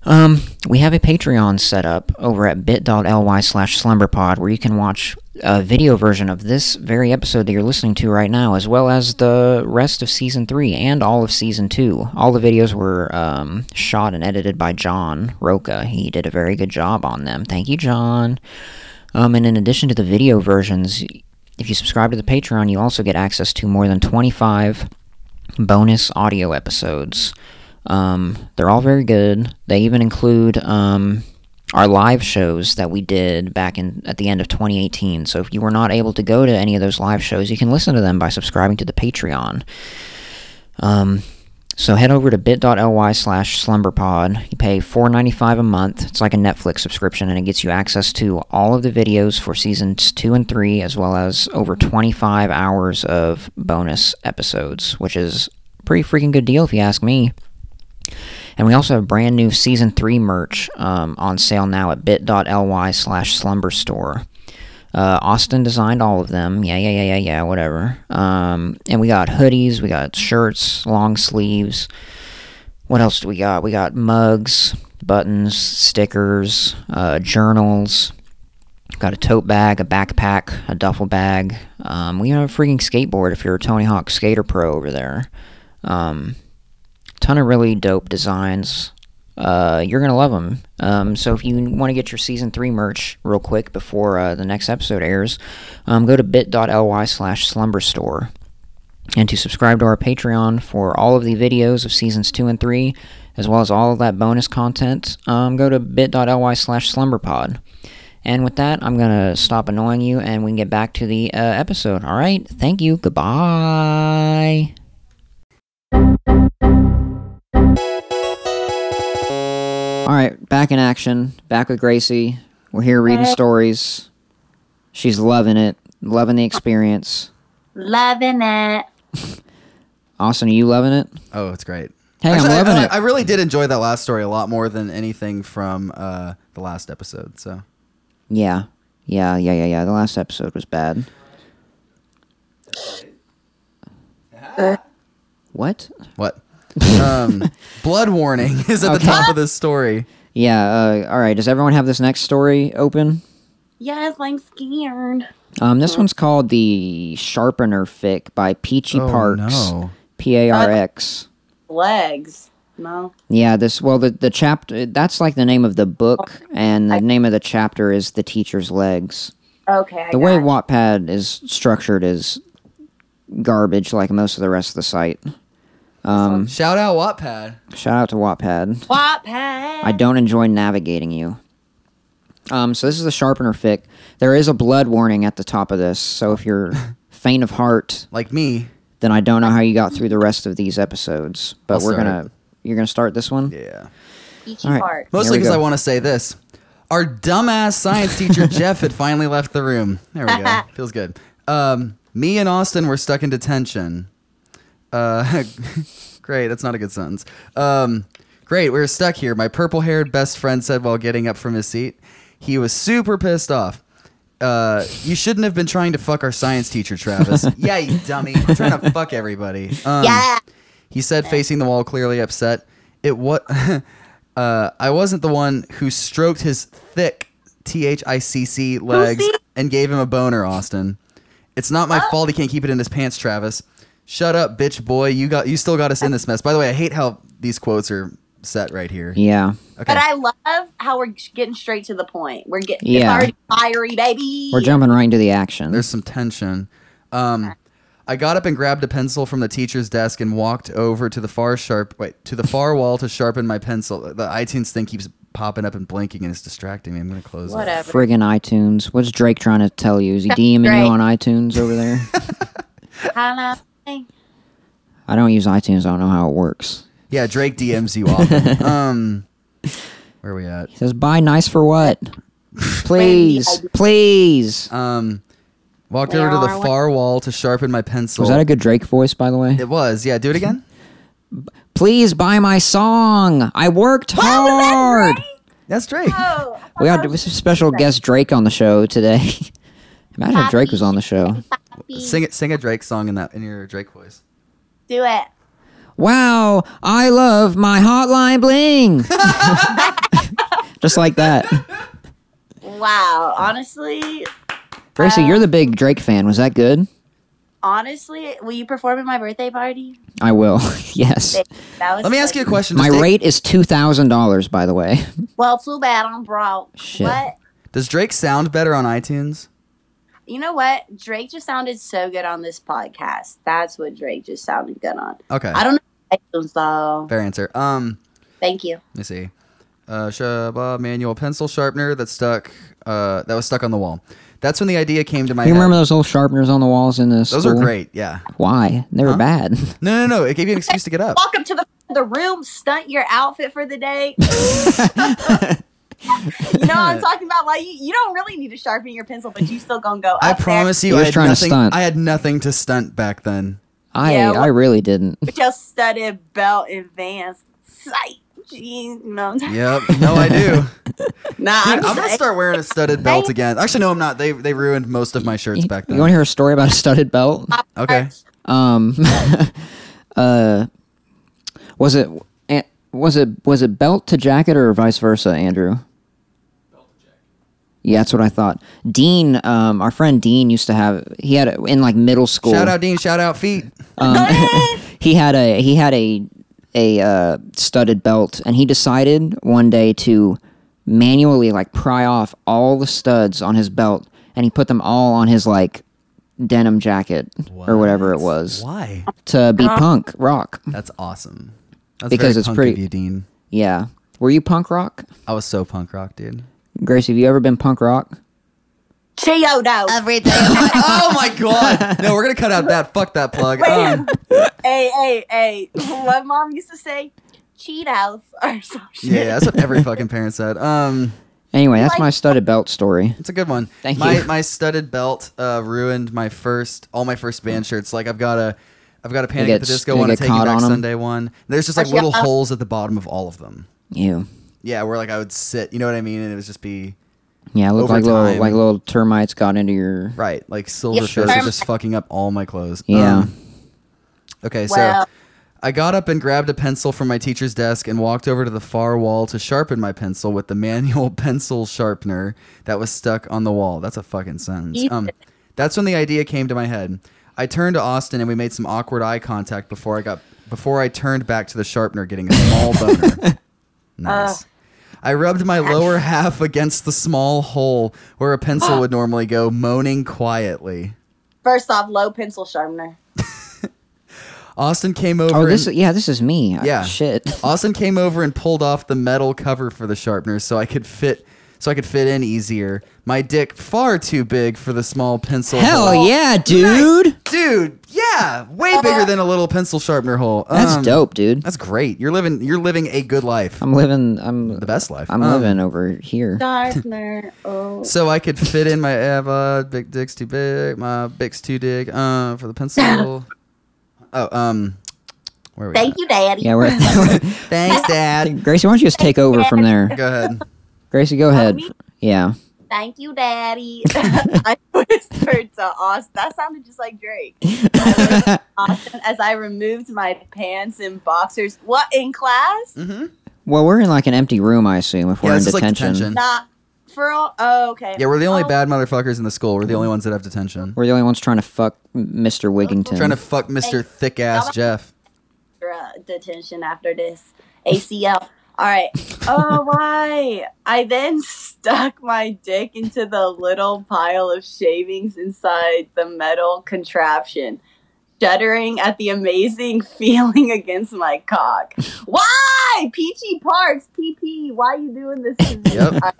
[SPEAKER 2] Um, we have a Patreon set up over at bit.ly slash slumberpod where you can watch a video version of this very episode that you're listening to right now, as well as the rest of season three and all of season two. All the videos were um, shot and edited by John Roca. He did a very good job on them. Thank you, John. Um, and in addition to the video versions, if you subscribe to the Patreon, you also get access to more than 25 bonus audio episodes. Um, they're all very good. They even include um, our live shows that we did back in at the end of 2018. So if you were not able to go to any of those live shows, you can listen to them by subscribing to the Patreon. Um, so head over to bit.ly slash slumberpod. You pay $4.95 a month. It's like a Netflix subscription, and it gets you access to all of the videos for seasons two and three, as well as over 25 hours of bonus episodes, which is a pretty freaking good deal if you ask me. And we also have brand new season three merch um, on sale now at bit.ly slash slumber store. Uh, Austin designed all of them. Yeah, yeah, yeah, yeah, yeah, whatever. Um, and we got hoodies, we got shirts, long sleeves. What else do we got? We got mugs, buttons, stickers, uh, journals. Got a tote bag, a backpack, a duffel bag. Um, we have a freaking skateboard if you're a Tony Hawk Skater Pro over there. Um, ton of really dope designs. Uh, you're gonna love them. Um, so if you want to get your season three merch real quick before uh, the next episode airs, um, go to bit.ly/slash slumber store and to subscribe to our Patreon for all of the videos of seasons two and three, as well as all of that bonus content. Um, go to bit.ly/slash slumberpod. And with that, I'm gonna stop annoying you, and we can get back to the uh, episode. All right, thank you. Goodbye. All right, back in action. Back with Gracie. We're here reading
[SPEAKER 1] Hey.
[SPEAKER 2] stories. She's loving it, loving the experience.
[SPEAKER 1] Loving it.
[SPEAKER 2] Austin, are you loving it?
[SPEAKER 3] Oh, it's great.
[SPEAKER 2] Hey, I'm
[SPEAKER 3] Actually, I-
[SPEAKER 2] loving
[SPEAKER 3] I,
[SPEAKER 2] it.
[SPEAKER 3] I really did enjoy that last story a lot more than anything from uh, the last episode. So
[SPEAKER 2] Yeah, yeah, yeah, yeah, yeah. The last episode was bad. What?
[SPEAKER 3] what? um, blood warning is at the top of this story.
[SPEAKER 2] Yeah. Uh, all right. Does everyone have this next story open?
[SPEAKER 1] Yes, I'm scared.
[SPEAKER 2] Um, this one's called "The Sharpener Fic" by Peachy
[SPEAKER 3] Oh,
[SPEAKER 2] Parks.
[SPEAKER 3] no.
[SPEAKER 2] P A R X.
[SPEAKER 1] Legs. No.
[SPEAKER 2] Yeah, this well the the chapter that's like the name of the book and the name of the chapter is The Teacher's Legs.
[SPEAKER 1] Okay. I
[SPEAKER 2] The way
[SPEAKER 1] got it.
[SPEAKER 2] Wattpad is structured is garbage like most of the rest of the site.
[SPEAKER 3] Shout out Wattpad.
[SPEAKER 2] Shout out to Wattpad.
[SPEAKER 1] Wattpad.
[SPEAKER 2] I don't enjoy navigating you. Um so this is the sharpener fic. There is a blood warning at the top of this. So if you're faint of heart,
[SPEAKER 3] Like me.
[SPEAKER 2] then I don't know how you got through the rest of these episodes, but
[SPEAKER 3] I'll
[SPEAKER 2] we're
[SPEAKER 3] start.
[SPEAKER 2] going to you're going to start this one?
[SPEAKER 3] Yeah.
[SPEAKER 1] Peachy
[SPEAKER 2] All right.
[SPEAKER 1] Park.
[SPEAKER 3] Mostly
[SPEAKER 2] we
[SPEAKER 3] because
[SPEAKER 2] go.
[SPEAKER 3] I want to say this. Our dumbass science teacher Jeff had finally left the room. There we go. Feels good. Um, me and Austin were stuck in detention. Uh, great. That's not a good sentence. Um, great. We were stuck here. My purple haired best friend said while getting up from his seat. He was super pissed off. Uh, you shouldn't have been trying to fuck our science teacher, Travis. yeah, you dummy. I'm trying to fuck everybody. Um,
[SPEAKER 1] Yeah.
[SPEAKER 3] he said, facing the wall, clearly upset. It what? uh, I wasn't the one who stroked his thick T H I C C legs
[SPEAKER 1] Pussy.
[SPEAKER 3] and gave him a boner, Austin. It's not my fault he can't keep it in his pants, Travis. Shut up, bitch boy. You got you still got us in this mess. By the way, I hate how these quotes are set right here.
[SPEAKER 2] Yeah.
[SPEAKER 3] Okay.
[SPEAKER 1] But I love how we're getting straight to the point. We're getting it's
[SPEAKER 2] Yeah.
[SPEAKER 1] already fiery, baby.
[SPEAKER 2] We're jumping right into the action.
[SPEAKER 3] There's some tension. Um, I got up and grabbed a pencil from the teacher's desk and walked over to the far sharp wait to the far wall to sharpen my pencil. The iTunes thing keeps popping up and blinking and it's distracting me. I'm gonna close it.
[SPEAKER 1] Whatever.
[SPEAKER 2] Friggin' iTunes. What's Drake trying to tell you? Is he DMing
[SPEAKER 1] Drake.
[SPEAKER 2] you on iTunes over there?
[SPEAKER 1] I don't know.
[SPEAKER 2] I don't use iTunes. I don't know how it works.
[SPEAKER 3] Yeah, Drake DMs you often. um, where are we at?
[SPEAKER 2] He says, "Buy nice for what? Please, please."
[SPEAKER 3] Um, walked
[SPEAKER 1] Where
[SPEAKER 3] over to the
[SPEAKER 1] are we?
[SPEAKER 3] far wall to sharpen my pencil.
[SPEAKER 2] Was that a good Drake voice, by the way?
[SPEAKER 3] It was. Yeah, do it again.
[SPEAKER 2] Please buy my song. I worked hard.
[SPEAKER 3] That's Drake.
[SPEAKER 1] Oh,
[SPEAKER 2] We had a special guest Drake on the show today. Imagine if Drake was on the show.
[SPEAKER 3] Sing it. Sing a Drake song in that in your Drake voice.
[SPEAKER 1] do it.
[SPEAKER 2] Wow, I love my hotline bling. Just like that.
[SPEAKER 1] Wow. Honestly,
[SPEAKER 2] Gracie, you're the big Drake fan. Was that good?
[SPEAKER 1] honestly, will you perform at my birthday party?
[SPEAKER 2] I will. yes.
[SPEAKER 1] That was
[SPEAKER 3] Let me ask you a question. Does
[SPEAKER 2] My
[SPEAKER 3] Drake,
[SPEAKER 2] rate is $2,000, by the way.
[SPEAKER 1] Well, flew bad. I'm broke.
[SPEAKER 2] Shit.
[SPEAKER 1] What?
[SPEAKER 3] Does Drake sound better on iTunes?
[SPEAKER 1] You know what? Drake just sounded so good on this podcast. That's what Drake just sounded good on.
[SPEAKER 3] Okay.
[SPEAKER 1] I don't know iTunes though.
[SPEAKER 3] Fair answer. Um,
[SPEAKER 1] Thank you.
[SPEAKER 3] let me see. Uh, Shaba manual pencil sharpener that stuck. Uh, that was stuck on the wall. That's when the idea came to my.
[SPEAKER 2] You
[SPEAKER 3] head.
[SPEAKER 2] remember those little sharpeners on the walls in the
[SPEAKER 3] Those
[SPEAKER 2] school?
[SPEAKER 3] were great. Yeah.
[SPEAKER 2] Why? They were bad.
[SPEAKER 3] No, no, no. It gave you an excuse to get up.
[SPEAKER 1] Welcome to the the room. Stunt your outfit for the day. you know what I'm talking about? Why you you don't really need to sharpen your pencil, but you still gonna go. Up
[SPEAKER 3] I
[SPEAKER 1] there
[SPEAKER 3] promise
[SPEAKER 2] He
[SPEAKER 3] you, I
[SPEAKER 2] was
[SPEAKER 3] had
[SPEAKER 2] trying to
[SPEAKER 3] nothing.
[SPEAKER 2] stunt.
[SPEAKER 3] I had nothing to stunt back then.
[SPEAKER 2] I
[SPEAKER 1] Yeah, well-
[SPEAKER 2] I really didn't.
[SPEAKER 1] with your studded belt and Vans. Sight. Jeez, no,
[SPEAKER 3] Yep. No, I do.
[SPEAKER 1] nah,
[SPEAKER 3] Dude,
[SPEAKER 1] I'm,
[SPEAKER 3] I'm gonna
[SPEAKER 1] just-
[SPEAKER 3] start wearing a studded belt again. Actually, no, I'm not. They they ruined most of my shirts
[SPEAKER 2] You,
[SPEAKER 3] back
[SPEAKER 2] want to
[SPEAKER 3] then.
[SPEAKER 2] hear a story about a studded belt?
[SPEAKER 1] Uh,
[SPEAKER 3] Okay.
[SPEAKER 2] Um, uh, was it eh, was it was it belt to jacket or vice versa, Andrew? Yeah, that's what I thought. Dean, um, our friend Dean used to have. He had a- in like middle school.
[SPEAKER 3] Shout out Dean. Shout out feet.
[SPEAKER 2] He had a he had a a uh, studded belt, and he decided one day to manually like pry off all the studs on his belt, and he put them all on his like denim jacket or whatever it was
[SPEAKER 3] Why?
[SPEAKER 2] to be punk rock.
[SPEAKER 3] That's awesome. That's
[SPEAKER 2] Because
[SPEAKER 3] very
[SPEAKER 2] it's
[SPEAKER 3] punk
[SPEAKER 2] pretty-
[SPEAKER 3] of you, Dean.
[SPEAKER 2] Yeah. Were you punk rock?
[SPEAKER 3] I was so punk rock, dude.
[SPEAKER 2] Gracie, have you ever been punk rock?
[SPEAKER 1] Chiodo.
[SPEAKER 4] Every day. of my-
[SPEAKER 3] oh my god. No, we're gonna cut out that. Fuck that plug. Um,
[SPEAKER 1] Hey, hey, hey. What mom used to say? Cheetos or some shit.
[SPEAKER 3] yeah, that's what every fucking parent said. Um,
[SPEAKER 2] Anyway, that's my studded belt story.
[SPEAKER 3] it's a good one.
[SPEAKER 2] Thank
[SPEAKER 3] my,
[SPEAKER 2] you.
[SPEAKER 3] My studded belt uh, ruined my first all my first band shirts. Like I've got a. I've got a panic at the
[SPEAKER 2] gets-
[SPEAKER 3] disco
[SPEAKER 2] they
[SPEAKER 3] one, a
[SPEAKER 2] get
[SPEAKER 3] take you
[SPEAKER 2] caught
[SPEAKER 3] back
[SPEAKER 2] on 'em.
[SPEAKER 3] Sunday one. There's just like
[SPEAKER 1] Yeah.
[SPEAKER 3] little holes at the bottom of all of them.
[SPEAKER 2] Ew.
[SPEAKER 3] Yeah, where like I would sit, you know what I mean, and it would just be
[SPEAKER 2] Yeah, it looked
[SPEAKER 3] Over
[SPEAKER 2] like little
[SPEAKER 3] time.
[SPEAKER 2] like little termites got into your
[SPEAKER 3] Right, like silverfish
[SPEAKER 1] sure.
[SPEAKER 3] are just fucking up all my clothes. Um,
[SPEAKER 2] Yeah.
[SPEAKER 3] okay,
[SPEAKER 1] Well.
[SPEAKER 3] so I got up and grabbed a pencil from my teacher's desk and walked over to the far wall to sharpen my pencil with the manual pencil sharpener that was stuck on the wall. That's a fucking sentence.
[SPEAKER 1] Jesus.
[SPEAKER 3] Um, that's when the idea came to my head. I turned to Austin and we made some awkward eye contact before I got before I turned back to the sharpener, getting a small
[SPEAKER 1] Oh.
[SPEAKER 3] boner. nice. I rubbed my lower half against the small hole where a pencil would normally go, moaning quietly.
[SPEAKER 1] First off, low pencil sharpener.
[SPEAKER 3] Austin came over.
[SPEAKER 2] Oh, this
[SPEAKER 3] and,
[SPEAKER 2] yeah, this is me. I-
[SPEAKER 3] Yeah.
[SPEAKER 2] shit.
[SPEAKER 3] Austin came over and pulled off the metal cover for the sharpener so I could fit so I could fit in easier. My dick far too big for the small pencil.
[SPEAKER 2] Hell
[SPEAKER 3] hole.
[SPEAKER 2] yeah, dude.
[SPEAKER 3] dude! Yeah, way bigger than a little pencil sharpener hole.
[SPEAKER 2] That's
[SPEAKER 3] Um,
[SPEAKER 2] dope, dude.
[SPEAKER 3] That's great. You're living you're living a good life,
[SPEAKER 2] I'm living I'm
[SPEAKER 3] the best life.
[SPEAKER 2] I'm
[SPEAKER 3] Um,
[SPEAKER 2] living over here.
[SPEAKER 1] Sharpener. Oh.
[SPEAKER 3] So I could fit in my Eva big dick's too big, my big's too big uh, for the pencil. oh, um, where are we?
[SPEAKER 1] Thank you, Daddy.
[SPEAKER 2] Yeah, we're
[SPEAKER 3] at? Thanks, Dad.
[SPEAKER 2] Gracie, why don't you just take over from there?
[SPEAKER 3] Go ahead.
[SPEAKER 2] Gracie, go ahead.
[SPEAKER 1] Oh, me?
[SPEAKER 2] Yeah.
[SPEAKER 1] Thank you, Daddy. I whispered to Austin. That sounded just like Drake. I whispered to Austin as I removed my pants and boxers. What in class?
[SPEAKER 3] Mm-hmm.
[SPEAKER 2] Well, we're in like an empty room, I assume, if
[SPEAKER 3] Yeah,
[SPEAKER 2] we're in
[SPEAKER 3] this is like
[SPEAKER 2] detention.
[SPEAKER 3] detention.
[SPEAKER 1] Not for all. Oh, okay.
[SPEAKER 3] Mm-hmm. Yeah, we're the only
[SPEAKER 1] Oh, Mm.
[SPEAKER 3] bad motherfuckers in the school. We're the only ones that have detention.
[SPEAKER 2] We're the only ones trying to fuck Mr. Wigington.
[SPEAKER 3] Trying to fuck Mr. Thick Ass Jeff.
[SPEAKER 1] uh, detention after this ACL. All right. Oh, why? I then stuck my dick into the little pile of shavings inside the metal contraption. shuddering at the amazing feeling against my cock. Why? Peachy Parks, PP, why you doing this to me?
[SPEAKER 3] Yep.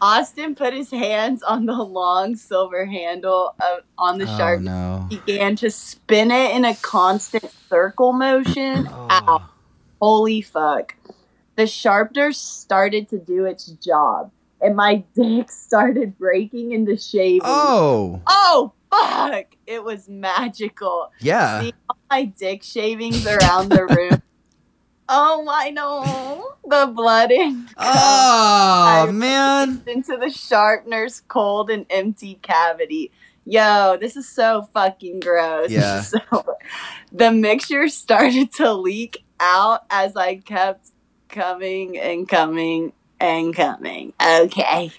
[SPEAKER 1] Austin put his hands on the long silver handle of, on the
[SPEAKER 3] Oh
[SPEAKER 1] shark
[SPEAKER 3] no.
[SPEAKER 1] began to spin it in a constant circle motion.
[SPEAKER 3] Oh.
[SPEAKER 1] Ow. Holy fuck. The sharpener started to do its job, and my dick started breaking into shavings.
[SPEAKER 3] Oh
[SPEAKER 1] Oh, fuck! It was magical.
[SPEAKER 3] yeah.
[SPEAKER 1] See all my dick shavings around the room. Oh, I know. The blood in-
[SPEAKER 3] Oh man.
[SPEAKER 1] into the sharpener's cold and empty cavity. Yo, this is so fucking gross.
[SPEAKER 3] Yeah.
[SPEAKER 1] So, the mixture started to leak out as I kept coming and coming and coming. Okay.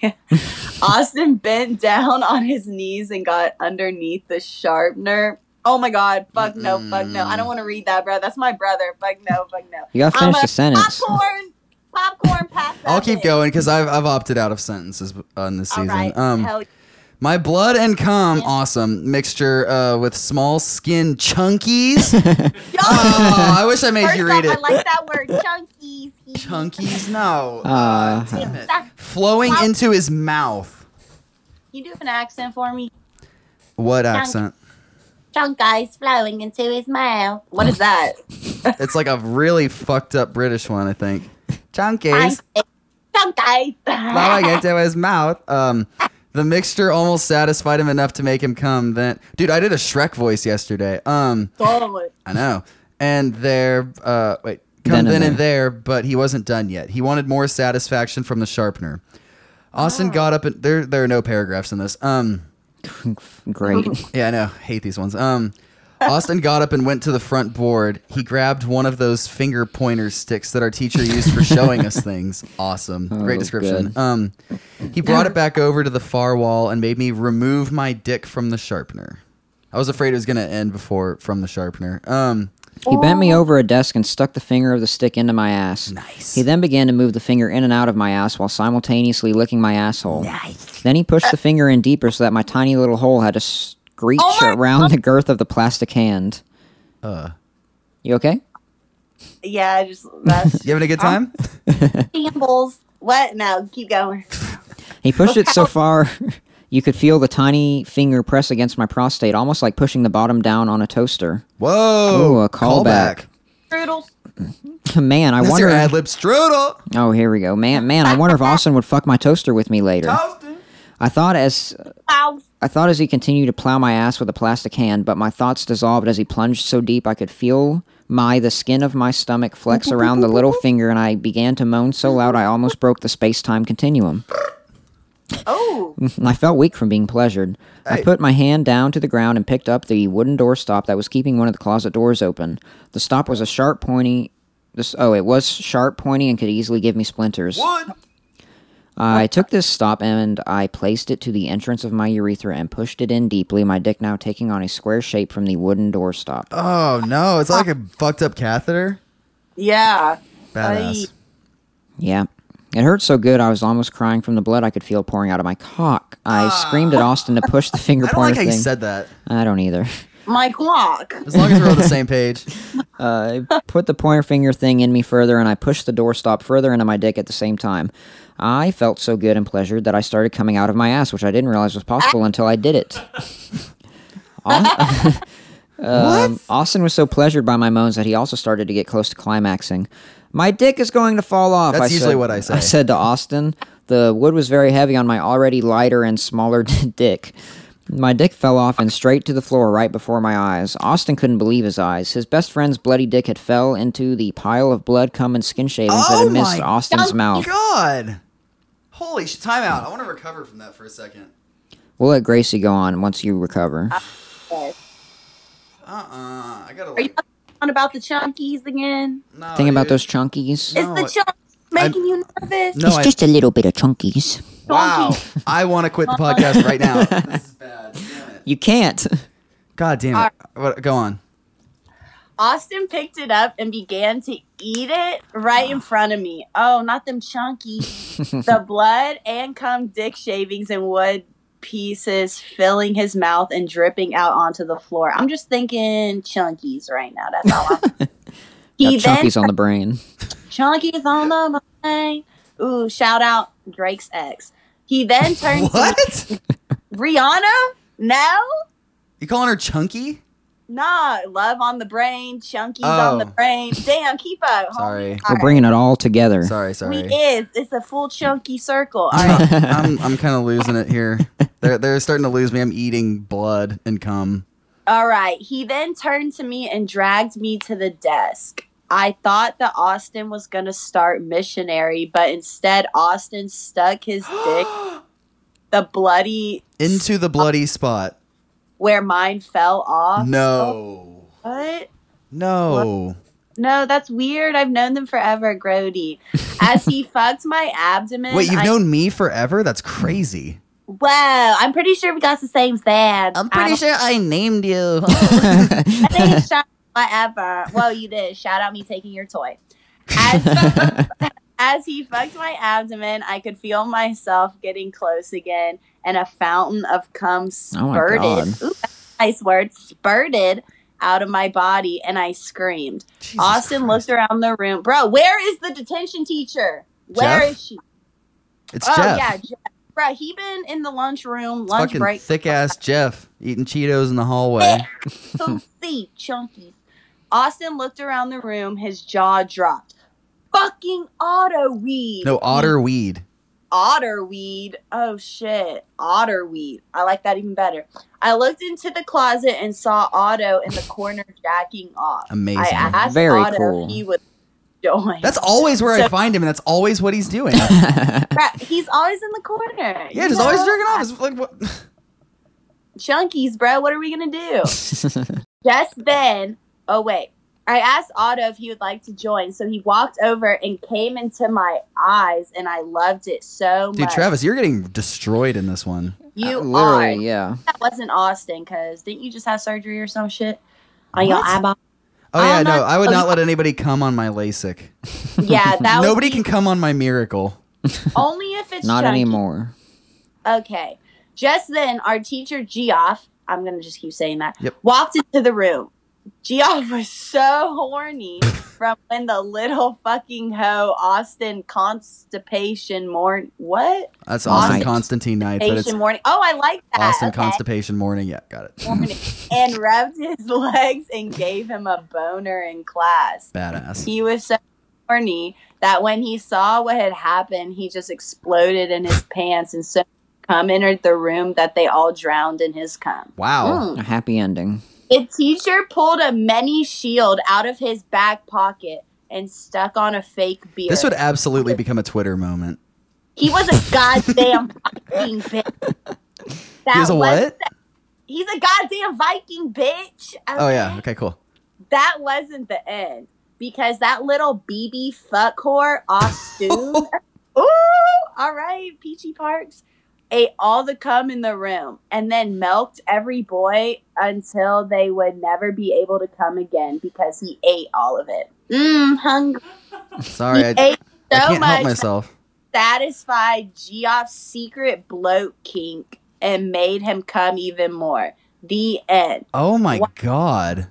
[SPEAKER 1] Austin bent down on his knees and got underneath the sharpener. Oh my god, fuck no, fuck no. I don't want to read that, bro. That's my brother. Fuck no, fuck no.
[SPEAKER 2] You gotta
[SPEAKER 1] I'm
[SPEAKER 2] finish
[SPEAKER 1] a
[SPEAKER 2] the sentence.
[SPEAKER 1] Popcorn, popcorn, pass that
[SPEAKER 3] I'll keep
[SPEAKER 1] bitch.
[SPEAKER 3] going because I've I've opted out of sentences on this
[SPEAKER 1] All
[SPEAKER 3] season.
[SPEAKER 1] right.
[SPEAKER 3] Um,
[SPEAKER 1] Hell
[SPEAKER 3] My blood and cum, awesome mixture uh, with small skin chunkies. oh, I wish I made
[SPEAKER 1] First
[SPEAKER 3] you read
[SPEAKER 1] off,
[SPEAKER 3] it.
[SPEAKER 1] I like that word, chunkies.
[SPEAKER 3] chunkies, no.
[SPEAKER 2] Uh,
[SPEAKER 3] Damn it.
[SPEAKER 1] Stop.
[SPEAKER 3] Flowing
[SPEAKER 1] Wow.
[SPEAKER 3] into his mouth.
[SPEAKER 1] You do an accent for me.
[SPEAKER 3] What accent?
[SPEAKER 1] Chunk eyes flowing into his mouth. What is that?
[SPEAKER 3] It's like a really fucked up British one, I think. Chunkies.
[SPEAKER 1] Chunk eyes.
[SPEAKER 3] Flowing into his mouth. Um, the mixture almost satisfied him enough to make him come. Then, dude, I did a Shrek voice yesterday. Um,
[SPEAKER 1] Oh,
[SPEAKER 3] I know. And there, uh, wait,
[SPEAKER 2] Then
[SPEAKER 3] come
[SPEAKER 2] and
[SPEAKER 3] then and
[SPEAKER 2] there.
[SPEAKER 3] there, but he wasn't done yet. He wanted more satisfaction from the sharpener. Austin got up and there. There are no paragraphs in this. Um,
[SPEAKER 2] great.
[SPEAKER 3] yeah, I know. Hate these ones. Um, Austin got up and went to the front board. He grabbed one of those finger pointer sticks that our teacher used for showing us things. Awesome. Great
[SPEAKER 2] Oh,
[SPEAKER 3] description.
[SPEAKER 2] good.
[SPEAKER 3] Um, he brought it back over to the far wall and made me remove my dick from the sharpener. I was afraid it was going to end before from the sharpener. Um,
[SPEAKER 2] He bent me over a desk and stuck the finger of the stick into my ass. Nice. He then began to move the finger in and out of my ass while simultaneously licking my asshole. Nice. Then he pushed the finger in deeper so that my tiny little hole had to screech
[SPEAKER 3] Oh
[SPEAKER 2] around the girth of the plastic hand. Uh. You okay?
[SPEAKER 1] yeah, I just that's
[SPEAKER 3] you having a good time?
[SPEAKER 1] shambles. What? No, keep going.
[SPEAKER 2] He pushed it so far you could feel the tiny finger press against my prostate, almost like pushing the bottom down on a toaster.
[SPEAKER 3] Whoa!
[SPEAKER 2] Ooh, a callback.
[SPEAKER 1] Strudels.
[SPEAKER 2] Man, I
[SPEAKER 3] That's
[SPEAKER 2] wonder.
[SPEAKER 3] your ad lib strudel.
[SPEAKER 2] oh, here we go. Man, man, I wonder if Austin would fuck my toaster with me later. I thought as
[SPEAKER 1] Ow.
[SPEAKER 2] I thought as he continued to plow my ass with a plastic hand, but my thoughts dissolved as he plunged so deep I could feel my the skin of my stomach flex around the little finger, and I began to moan so loud I almost broke the space time continuum.
[SPEAKER 1] Oh.
[SPEAKER 2] And I felt weak from being pleasured. I put my hand down to the ground and picked up the wooden door stop that was keeping one of the closet doors open. The stop was a sharp, pointy. This, oh, it was sharp, pointy, and could easily give me splinters. I took this stop and I placed it to the entrance of my urethra and pushed it in deeply, my dick now taking on a square shape from the wooden door stop.
[SPEAKER 3] Oh no, it's like a fucked up catheter.
[SPEAKER 1] Yeah.
[SPEAKER 3] Badass.
[SPEAKER 1] Aye.
[SPEAKER 2] Yeah. It hurt so good I was almost crying from the blood I could feel pouring out of my cock. I screamed at Austin to push the finger
[SPEAKER 3] Ah. I don't like
[SPEAKER 2] pointer
[SPEAKER 3] how you
[SPEAKER 2] thing.
[SPEAKER 3] said that.
[SPEAKER 2] I don't either.
[SPEAKER 1] My clock.
[SPEAKER 3] As long as we're on the same page.
[SPEAKER 2] I put the pointer finger thing in me further, and I pushed the door stop further into my dick at the same time. I felt so good and pleasured that I started coming out of my ass, which I didn't realize was possible until I did it. Aus- Um, Austin was so pleasured by my moans that he also started to get close to climaxing. My dick is going to fall off.
[SPEAKER 3] That's
[SPEAKER 2] I
[SPEAKER 3] usually
[SPEAKER 2] said,
[SPEAKER 3] what I say.
[SPEAKER 2] I said to Austin. The wood was very heavy on my already lighter and smaller dick. My dick fell off and straight to the floor right before my eyes. Austin couldn't believe his eyes. His best friend's bloody dick had fell into the pile of blood, cum, and skin shavings that
[SPEAKER 3] Oh
[SPEAKER 2] had missed
[SPEAKER 3] my
[SPEAKER 2] Austin's
[SPEAKER 1] Oh.
[SPEAKER 2] mouth.
[SPEAKER 3] God. Holy sh Time out. I
[SPEAKER 1] Hmm.
[SPEAKER 3] want to recover from that for a second.
[SPEAKER 2] We'll let Gracie go on once you recover.
[SPEAKER 3] Uh uh I gotta
[SPEAKER 1] Are you
[SPEAKER 3] like.
[SPEAKER 1] on about the chunkies again?
[SPEAKER 3] No,
[SPEAKER 2] Think about
[SPEAKER 3] dude.
[SPEAKER 2] those chunkies.
[SPEAKER 1] Is
[SPEAKER 3] No,
[SPEAKER 1] the
[SPEAKER 3] I-
[SPEAKER 1] chunk making you nervous?
[SPEAKER 3] No, I,
[SPEAKER 2] a little bit of chunkies.
[SPEAKER 3] wow. I want to quit the podcast right now. this is bad. Damn it.
[SPEAKER 2] You can't.
[SPEAKER 3] God damn it. What, go on.
[SPEAKER 1] Austin picked it up and began to eat it right
[SPEAKER 3] Ah.
[SPEAKER 1] in front of me. Oh, not them chunky. the blood and cum dick shavings and wood pieces filling his mouth and dripping out onto the floor. I'm just thinking chunkies right now. That's all. I'm
[SPEAKER 2] Got
[SPEAKER 1] he then
[SPEAKER 2] chunkies on the brain.
[SPEAKER 1] chunkies on the brain. Ooh, shout out Drake's ex. He then turned to
[SPEAKER 3] What?
[SPEAKER 1] Rihanna. No,
[SPEAKER 3] You calling her chunky?
[SPEAKER 1] nah, love on the brain, chunkies on the
[SPEAKER 3] Oh.
[SPEAKER 1] brain. Damn, keep up. homie.
[SPEAKER 3] Sorry.
[SPEAKER 1] All
[SPEAKER 2] We're bringing it all together.
[SPEAKER 3] Sorry, sorry.
[SPEAKER 1] We is. It's a full chunky circle. All right.
[SPEAKER 3] I'm I'm kind of losing it here. They're they're starting to lose me. I'm eating blood and cum.
[SPEAKER 1] All right. He then turned to me and dragged me to the desk. I thought that Austin was going to start missionary, but instead, Austin stuck his dick, the bloody,
[SPEAKER 3] Into the bloody spot.
[SPEAKER 1] where mine fell off.
[SPEAKER 3] No.
[SPEAKER 1] What?
[SPEAKER 3] No.
[SPEAKER 1] No, that's weird. I've known them forever, Grody. As he fucked my abdomen.
[SPEAKER 3] Wait, you've
[SPEAKER 1] I-
[SPEAKER 3] known me forever? That's crazy.
[SPEAKER 1] Whoa, I'm pretty sure we got the same dad.
[SPEAKER 4] I'm pretty sure I named you.
[SPEAKER 1] I think it's shot whatever. Well, you did. Shout out me taking your toy. As, as he fucked my abdomen, I could feel myself getting close again, and a fountain of cum
[SPEAKER 2] Oh my
[SPEAKER 1] spurted.
[SPEAKER 2] God.
[SPEAKER 1] Ooh, that's a nice word, spurted out of my body, and I screamed.
[SPEAKER 3] Jesus
[SPEAKER 1] Austin
[SPEAKER 3] Christ.
[SPEAKER 1] looked around the room. Bro, where is the detention teacher? Where is
[SPEAKER 3] Jeff?
[SPEAKER 1] she?
[SPEAKER 3] It's
[SPEAKER 1] oh
[SPEAKER 3] Jeff.
[SPEAKER 1] yeah, Jeff. Bro, he been in the lunchroom,
[SPEAKER 3] It's
[SPEAKER 1] lunch
[SPEAKER 3] fucking
[SPEAKER 1] break.
[SPEAKER 3] thick ass Jeff eating Cheetos in the hallway.
[SPEAKER 1] Poofy, chunky. Austin looked around the room, his jaw dropped. Fucking otter weed.
[SPEAKER 3] No otter weed.
[SPEAKER 1] Otter weed. Oh shit. Otter weed. I like that even better. I looked into the closet and saw Otto in the corner jacking off.
[SPEAKER 3] Amazing.
[SPEAKER 1] I asked
[SPEAKER 2] Very
[SPEAKER 1] Otto
[SPEAKER 2] cool.
[SPEAKER 1] if he would join.
[SPEAKER 3] That's always where I
[SPEAKER 1] So-
[SPEAKER 3] find him, and that's always what he's doing.
[SPEAKER 1] Crap, He's always in the corner.
[SPEAKER 3] yeah,
[SPEAKER 1] you
[SPEAKER 3] just always
[SPEAKER 1] know?
[SPEAKER 3] jerking off. It's like what?
[SPEAKER 1] Chunkies, bro. What are we gonna do? Just then, oh wait, I asked Otto if he would like to join, so he walked over and came into my eyes, and I loved it so
[SPEAKER 3] Dude,
[SPEAKER 1] much.
[SPEAKER 3] Travis, you're getting destroyed in this one.
[SPEAKER 1] you
[SPEAKER 2] Uh,
[SPEAKER 1] are.
[SPEAKER 2] literally, yeah.
[SPEAKER 1] That wasn't Austin, cause didn't you just have surgery or some shit on your
[SPEAKER 3] What?
[SPEAKER 1] eyeball?
[SPEAKER 3] Oh yeah,
[SPEAKER 1] I'm
[SPEAKER 3] no,
[SPEAKER 1] not-
[SPEAKER 3] I would not let anybody come on my LASIK.
[SPEAKER 1] Yeah, that was
[SPEAKER 3] Nobody can come on my miracle.
[SPEAKER 1] only if it's
[SPEAKER 2] Not
[SPEAKER 1] chunky.
[SPEAKER 2] anymore.
[SPEAKER 1] Okay. Just then, our teacher Geoff, I'm gonna just keep saying that,
[SPEAKER 3] Yep.
[SPEAKER 1] walked into the room. Geoff was so horny from when the little fucking hoe Austin constipation morning. What?
[SPEAKER 3] That's Austin
[SPEAKER 2] Night.
[SPEAKER 3] Constantine night, but it's
[SPEAKER 1] Constipation morning. Oh, I like that.
[SPEAKER 3] Austin
[SPEAKER 1] okay.
[SPEAKER 3] constipation morning. Yeah, got it.
[SPEAKER 1] Morning. and rubbed his legs and gave him a boner in class.
[SPEAKER 3] Badass.
[SPEAKER 1] He was so horny that when he saw what had happened, he just exploded in his pants and so much cum entered the room that they all drowned in his cum.
[SPEAKER 3] Wow.
[SPEAKER 1] Mm.
[SPEAKER 2] A happy ending.
[SPEAKER 1] The teacher pulled a mini shield out of his back pocket and stuck on a fake beard.
[SPEAKER 3] This would absolutely become a Twitter moment.
[SPEAKER 1] he was a goddamn Viking bitch. That
[SPEAKER 3] He was a what?
[SPEAKER 1] He's a goddamn Viking bitch.
[SPEAKER 3] Oh yeah.
[SPEAKER 1] okay?
[SPEAKER 3] Okay, cool.
[SPEAKER 1] that wasn't the end because that little BB fuck whore, Austin. ooh, all right, Peachy Parks ate all the cum in the room and then milked every boy until they would never be able to come again because he ate all of it. Mmm, hungry.
[SPEAKER 3] Sorry, I,
[SPEAKER 1] he ate
[SPEAKER 3] I
[SPEAKER 1] so
[SPEAKER 3] can't help
[SPEAKER 1] much
[SPEAKER 3] myself.
[SPEAKER 1] satisfied Geoff's secret bloat kink and made him come even more. The end.
[SPEAKER 3] Oh my
[SPEAKER 1] Wha-
[SPEAKER 3] god.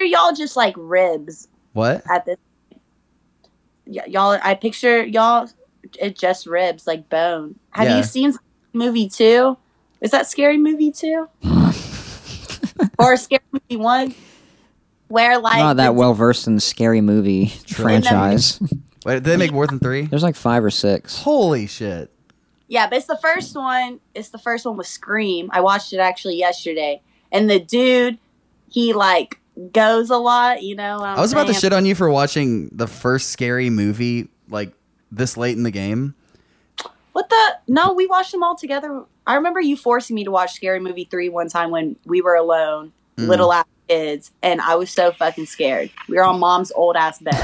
[SPEAKER 1] Are y'all just like ribs
[SPEAKER 3] What?
[SPEAKER 1] at this y- y'all i picture y'all it just ribs like bone have
[SPEAKER 3] Yeah.
[SPEAKER 1] you seen movie two is that scary movie two or scary movie one where like
[SPEAKER 2] Not that
[SPEAKER 1] it's-
[SPEAKER 2] well versed in the scary movie franchise.
[SPEAKER 3] Wait, did they make more than three?
[SPEAKER 2] There's like five or six.
[SPEAKER 3] Holy shit.
[SPEAKER 1] yeah but it's the first one it's the first one with scream i watched it actually yesterday and the dude he like goes a lot you know what I'm
[SPEAKER 3] I was about to
[SPEAKER 1] saying?
[SPEAKER 3] shit on you for watching the first scary movie like this late in the game.
[SPEAKER 1] What the? No, we watched them all together. I remember you forcing me to watch Scary Movie 3 one time when we were alone,
[SPEAKER 3] Mm.
[SPEAKER 1] little ass kids, and I was so fucking scared. We were on mom's old ass bed.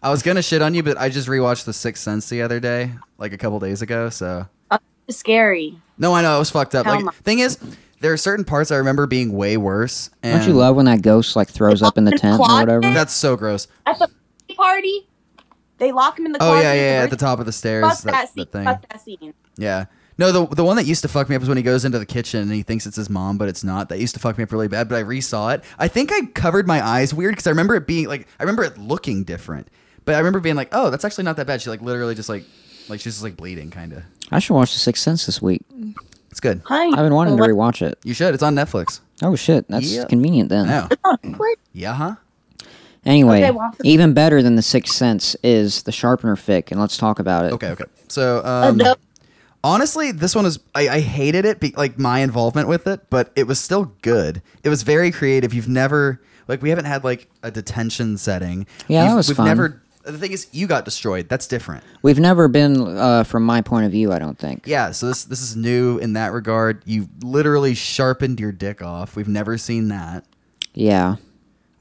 [SPEAKER 3] I was gonna shit on you, but I just rewatched The Sixth Sense the other day, like a couple days ago. So
[SPEAKER 1] It's scary.
[SPEAKER 3] no, I know I was fucked up.
[SPEAKER 1] Hell
[SPEAKER 3] Like
[SPEAKER 1] no.
[SPEAKER 3] thing is, there are certain parts I remember being way worse. And
[SPEAKER 2] Don't you love when that ghost like throws up in the
[SPEAKER 1] It's
[SPEAKER 2] tent or
[SPEAKER 1] closet.
[SPEAKER 2] whatever?
[SPEAKER 3] That's so gross.
[SPEAKER 1] At the party, they lock him in the
[SPEAKER 3] Oh
[SPEAKER 1] closet.
[SPEAKER 3] yeah, yeah, yeah,
[SPEAKER 1] We're-
[SPEAKER 3] at the top of the stairs.
[SPEAKER 1] Fuck
[SPEAKER 3] that,
[SPEAKER 1] that, scene.
[SPEAKER 3] that thing.
[SPEAKER 1] Fuck that scene.
[SPEAKER 3] Yeah. No, the the one that used to fuck me up is when he goes into the kitchen and he thinks it's his mom, but it's not. That used to fuck me up really bad, but I resaw it. I think I covered my eyes weird because I remember it being like I remember it looking different, but I remember being like, oh, that's actually not that bad. She like literally just like like she's just like bleeding, kind of.
[SPEAKER 2] I should watch The Sixth Sense this week.
[SPEAKER 3] It's good.
[SPEAKER 1] Hi.
[SPEAKER 2] I've been wanting to
[SPEAKER 1] What-
[SPEAKER 2] rewatch it.
[SPEAKER 3] You should. It's on Netflix.
[SPEAKER 2] Oh shit, that's
[SPEAKER 3] Yep.
[SPEAKER 2] convenient then.
[SPEAKER 3] No.
[SPEAKER 1] what?
[SPEAKER 3] Yeah, huh?
[SPEAKER 2] Anyway,
[SPEAKER 1] Okay, well-
[SPEAKER 2] even better than The Sixth Sense is The Sharpener fic, and let's talk about it.
[SPEAKER 3] Okay, okay. So, um,
[SPEAKER 1] Oh, no.
[SPEAKER 3] honestly, this one is I, I hated it, be, like my involvement with it, but it was still good. It was very creative. You've never like we haven't had like a detention setting.
[SPEAKER 2] Yeah, that
[SPEAKER 3] We've-
[SPEAKER 2] was
[SPEAKER 3] We've
[SPEAKER 2] fun.
[SPEAKER 3] never. The thing is, you got destroyed. That's different.
[SPEAKER 2] We've never been, uh, from my point of view, I don't think.
[SPEAKER 3] Yeah. So this this is new in that regard. You literally sharpened your dick off. We've never seen that.
[SPEAKER 2] Yeah.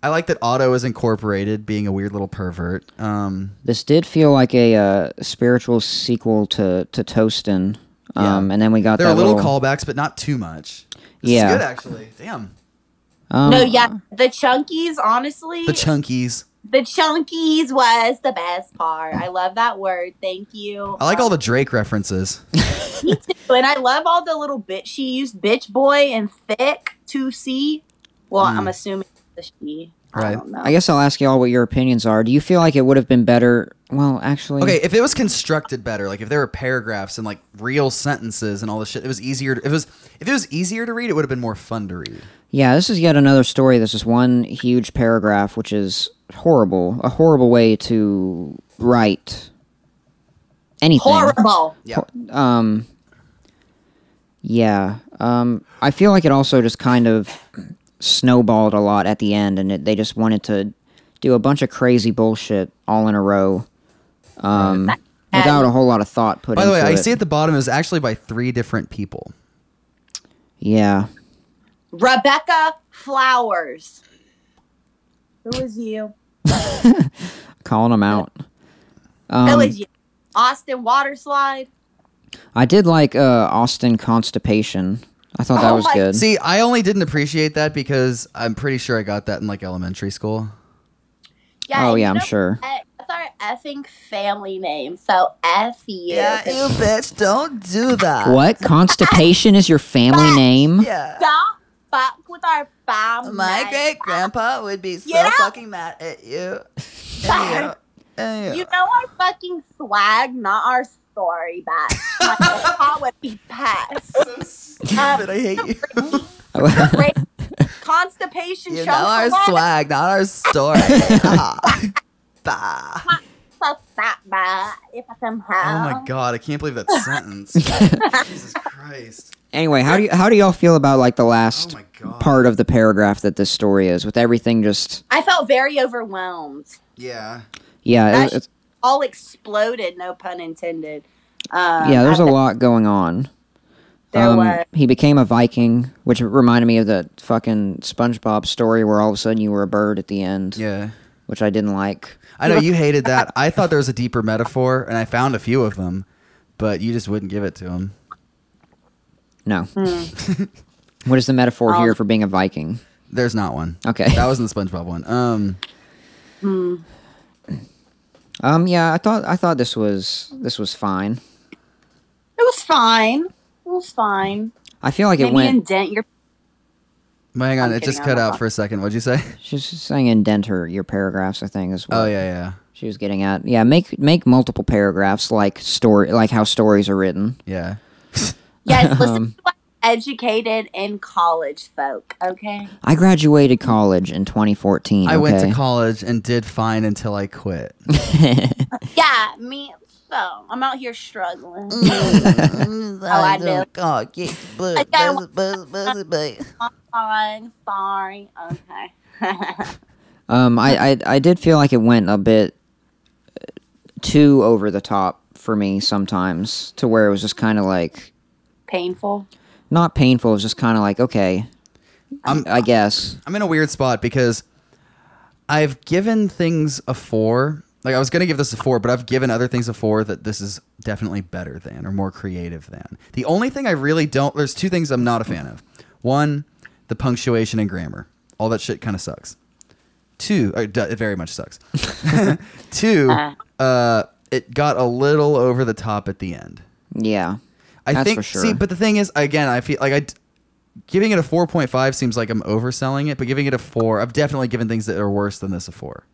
[SPEAKER 3] I like that Otto is incorporated, being a weird little pervert. Um,
[SPEAKER 2] This did feel like a uh, spiritual sequel to to Toastin. Um,
[SPEAKER 3] Yeah.
[SPEAKER 2] and then we got
[SPEAKER 3] there
[SPEAKER 2] that
[SPEAKER 3] are little, callbacks, but not too much. This
[SPEAKER 2] Yeah.
[SPEAKER 3] is good actually. Damn,
[SPEAKER 2] um,
[SPEAKER 1] No, yeah, the chunkies. Honestly,
[SPEAKER 3] the
[SPEAKER 1] the,
[SPEAKER 3] chunkies.
[SPEAKER 1] chunkies was the best part. I love that word. Thank you.
[SPEAKER 3] I like all
[SPEAKER 1] Um,
[SPEAKER 3] the Drake references.
[SPEAKER 1] and I love all the little bit she used. Bitch boy and thick to see. Well, I'm assuming the she. I
[SPEAKER 3] Right.
[SPEAKER 1] don't know.
[SPEAKER 2] Mm. I guess I'll ask y'all what your opinions are. Do you feel like it would have been better? Well, actually,
[SPEAKER 3] Okay, if it was constructed better, like if there were paragraphs and like real sentences and all this shit, it was easier. To, if it was if it was easier to read, it would have been more fun to read.
[SPEAKER 2] Yeah, this is yet another story. This is one huge paragraph, which is horrible. A horrible way to write anything.
[SPEAKER 1] Horrible.
[SPEAKER 3] Yeah,
[SPEAKER 2] Um, yeah. Um, I feel like it also just kind of snowballed a lot at the end, and it, they just wanted to do a bunch of crazy bullshit all in a row, um, without a whole lot of thought put
[SPEAKER 3] By the
[SPEAKER 2] into
[SPEAKER 3] way,
[SPEAKER 2] it.
[SPEAKER 3] I see at the bottom it was actually by three different people.
[SPEAKER 2] Yeah.
[SPEAKER 1] Rebecca Flowers. Who is you?
[SPEAKER 2] Calling them out. Um,
[SPEAKER 1] Who is you? Austin Waterslide.
[SPEAKER 2] I did like uh, Austin Constipation. I thought that
[SPEAKER 1] Oh
[SPEAKER 2] was
[SPEAKER 1] my-
[SPEAKER 2] good.
[SPEAKER 3] See, I only didn't appreciate that because I'm pretty sure I got that in like elementary school.
[SPEAKER 2] Oh,
[SPEAKER 1] and
[SPEAKER 2] yeah,
[SPEAKER 1] you
[SPEAKER 2] I'm
[SPEAKER 1] know
[SPEAKER 2] sure.
[SPEAKER 1] what? That's our effing family name. So F you.
[SPEAKER 4] bitch, don't do that.
[SPEAKER 2] What? Constipation is your family name?
[SPEAKER 4] Yeah.
[SPEAKER 1] Don't fuck with our family.
[SPEAKER 4] My great grandpa would be so
[SPEAKER 1] Yeah.
[SPEAKER 4] fucking mad at you. And you. And
[SPEAKER 1] You
[SPEAKER 4] you.
[SPEAKER 1] know our fucking swag, not our story, bitch. My grandpa would be pissed.
[SPEAKER 4] Stupid, I hate you.
[SPEAKER 1] Great constipation
[SPEAKER 4] You
[SPEAKER 1] shows
[SPEAKER 4] know our
[SPEAKER 1] a lot.
[SPEAKER 4] swag, not our story. Ah. bah.
[SPEAKER 1] So stop by if I come home.
[SPEAKER 3] Oh my god, I can't believe that sentence. Jesus Christ.
[SPEAKER 2] Anyway, how do you, how do y'all feel about like the
[SPEAKER 3] Oh
[SPEAKER 2] last
[SPEAKER 3] my god.
[SPEAKER 2] part of the paragraph that this story is with everything just
[SPEAKER 1] I felt very overwhelmed.
[SPEAKER 3] Yeah.
[SPEAKER 2] yeah, it,
[SPEAKER 1] That's-
[SPEAKER 2] it's,
[SPEAKER 1] All exploded, no pun intended. Um,
[SPEAKER 2] yeah, there's
[SPEAKER 1] I
[SPEAKER 2] a um,
[SPEAKER 1] think
[SPEAKER 2] lot going on.
[SPEAKER 1] There was.
[SPEAKER 2] he became a Viking, which reminded me of the fucking SpongeBob story where all of a sudden you were a bird at the end,
[SPEAKER 3] Yeah.
[SPEAKER 2] which I didn't like.
[SPEAKER 3] I know you hated that. I thought there was a deeper metaphor, and I found a few of them, but you just wouldn't give it to him.
[SPEAKER 2] No.
[SPEAKER 1] Hmm.
[SPEAKER 2] what is the metaphor here for being a Viking?
[SPEAKER 3] There's not one.
[SPEAKER 2] Okay.
[SPEAKER 3] That wasn't the SpongeBob one. Um,
[SPEAKER 2] Um yeah, I thought I thought this was this was fine.
[SPEAKER 1] It was fine. It was fine.
[SPEAKER 2] I feel like it
[SPEAKER 1] Maybe
[SPEAKER 2] went
[SPEAKER 1] indent your.
[SPEAKER 3] but hang on,
[SPEAKER 1] I'm
[SPEAKER 3] it just
[SPEAKER 1] kidding,
[SPEAKER 3] cut
[SPEAKER 1] I'm
[SPEAKER 3] out
[SPEAKER 1] not.
[SPEAKER 3] for a second. What'd you say?
[SPEAKER 2] she's saying indent her your paragraphs, I think, as well.
[SPEAKER 3] Oh yeah, yeah,
[SPEAKER 2] she was getting at. Yeah, make make multiple paragraphs like story like how stories are written.
[SPEAKER 3] yeah.
[SPEAKER 1] Yes, listen
[SPEAKER 2] Um,
[SPEAKER 1] to what educated in college folk. Okay.
[SPEAKER 2] I graduated college in 2014.
[SPEAKER 3] I went to
[SPEAKER 2] okay?
[SPEAKER 3] college and did fine until I quit.
[SPEAKER 1] Yeah, me. So I'm out here struggling.
[SPEAKER 2] Mm.
[SPEAKER 4] oh,
[SPEAKER 1] I know.
[SPEAKER 4] God, get buzz,
[SPEAKER 1] got
[SPEAKER 4] Oh, buzz, buzz, buzz, buzz.
[SPEAKER 1] fine. Sorry. Okay.
[SPEAKER 2] Um, I, I I did feel like it went a bit uh, too over the top for me sometimes, to where it was just kind of like
[SPEAKER 1] Painful.
[SPEAKER 2] not painful. It was just kind of like okay,
[SPEAKER 3] I'm-
[SPEAKER 2] I guess.
[SPEAKER 3] I'm in a weird spot because I've given things a four. Like I was gonna give this a four, but I've given other things a four that this is definitely better than or more creative than. The only thing I really don't there's two things I'm not a fan of. One, the punctuation and grammar. All that shit kind of sucks. Two, or d- it very much sucks. Two, uh, it got a little over the top at the end.
[SPEAKER 2] Yeah.
[SPEAKER 3] I
[SPEAKER 2] That's
[SPEAKER 3] think
[SPEAKER 2] for sure.
[SPEAKER 3] see, but the thing is, again, I feel like I d- giving it a four point five seems like I'm overselling it, but giving it a four, I've definitely given things that are worse than this a four.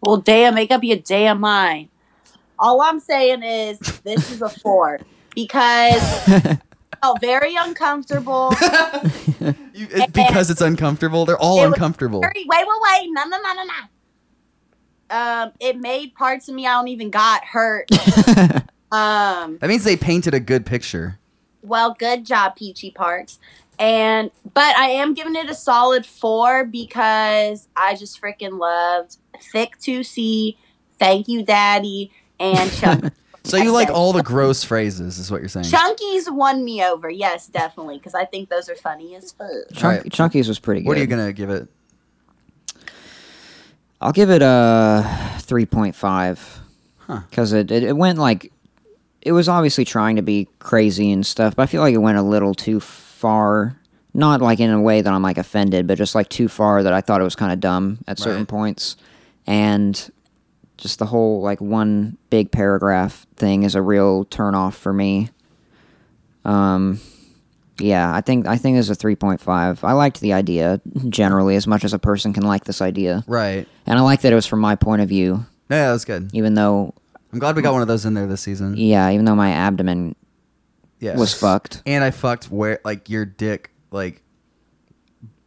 [SPEAKER 1] Well, damn, make up your damn mind. All I'm saying is this is a four because I felt very uncomfortable.
[SPEAKER 3] You, it's because it's uncomfortable. They're all
[SPEAKER 1] It was
[SPEAKER 3] uncomfortable.
[SPEAKER 1] Wait, wait, wait, wait. No, no, no, no, no. Um, it made parts of me I don't even got hurt. um,
[SPEAKER 3] that means they painted a good picture.
[SPEAKER 1] well, good job, Peachy Parks. And but I am giving it a solid four because I just freaking loved Thick 2C, Thank You Daddy, and Chunky.
[SPEAKER 3] So you like
[SPEAKER 1] Okay.
[SPEAKER 3] all the gross phrases, is what you're saying.
[SPEAKER 1] Chunkies won me over. Yes, definitely, because I think those are funny as fuck.
[SPEAKER 2] Chunk-
[SPEAKER 3] Alright.
[SPEAKER 2] Chunkies was pretty good.
[SPEAKER 3] What are you gonna give it?
[SPEAKER 2] I'll give it a 3.5. Because it, it, it went like. It was obviously trying to be crazy and stuff, but I feel like it went a little too far. Not like in a way that I'm like offended, but just like too far that I thought it was kind of dumb at certain
[SPEAKER 3] Right.
[SPEAKER 2] points. And just the whole like one big paragraph thing is a real turn off for me. Um, yeah, I think I think there's a 3.5. I liked the idea generally as much as a person can like this idea.
[SPEAKER 3] Right.
[SPEAKER 2] And I like that it was from my point of view,
[SPEAKER 3] No, yeah, that was good.
[SPEAKER 2] even though,
[SPEAKER 3] I'm glad we got one of those in there this season.
[SPEAKER 2] yeah, even though my abdomen
[SPEAKER 3] Yeah.
[SPEAKER 2] was fucked.
[SPEAKER 3] And I fucked where like your dick like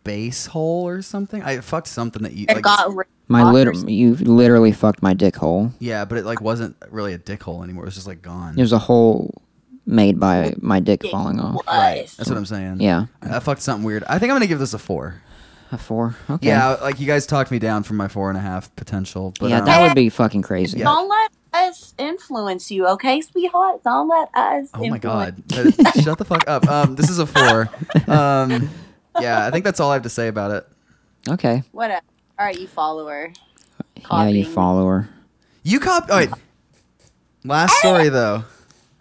[SPEAKER 3] base hole or something. I fucked something that you
[SPEAKER 1] It
[SPEAKER 3] like
[SPEAKER 1] got re-
[SPEAKER 2] My
[SPEAKER 1] awkward.
[SPEAKER 2] lit- you literally fucked my dick hole.
[SPEAKER 3] Yeah, but it like wasn't really a dick hole anymore. It was just like gone.
[SPEAKER 2] It was a hole made by my dick falling off.
[SPEAKER 3] right.
[SPEAKER 1] Was.
[SPEAKER 3] That's what I'm saying.
[SPEAKER 2] Yeah.
[SPEAKER 3] I fucked something weird. I think I'm gonna give this a four.
[SPEAKER 2] A four. Okay.
[SPEAKER 3] Yeah, like you guys talked me down from my four and a half potential. But
[SPEAKER 2] yeah,
[SPEAKER 3] um,
[SPEAKER 2] that would be fucking crazy.
[SPEAKER 3] Yeah.
[SPEAKER 1] Don't let us influence you, okay, sweetheart? Don't let us.
[SPEAKER 3] Oh my
[SPEAKER 1] influence-
[SPEAKER 3] god! Uh, Shut the fuck up. Um, this is a four. Um, yeah, I think that's all I have to say about it.
[SPEAKER 2] Okay.
[SPEAKER 1] Whatever. All right, you follower.
[SPEAKER 2] Yeah, you
[SPEAKER 1] Copying.
[SPEAKER 2] follower.
[SPEAKER 3] You cop. All right. Last story though.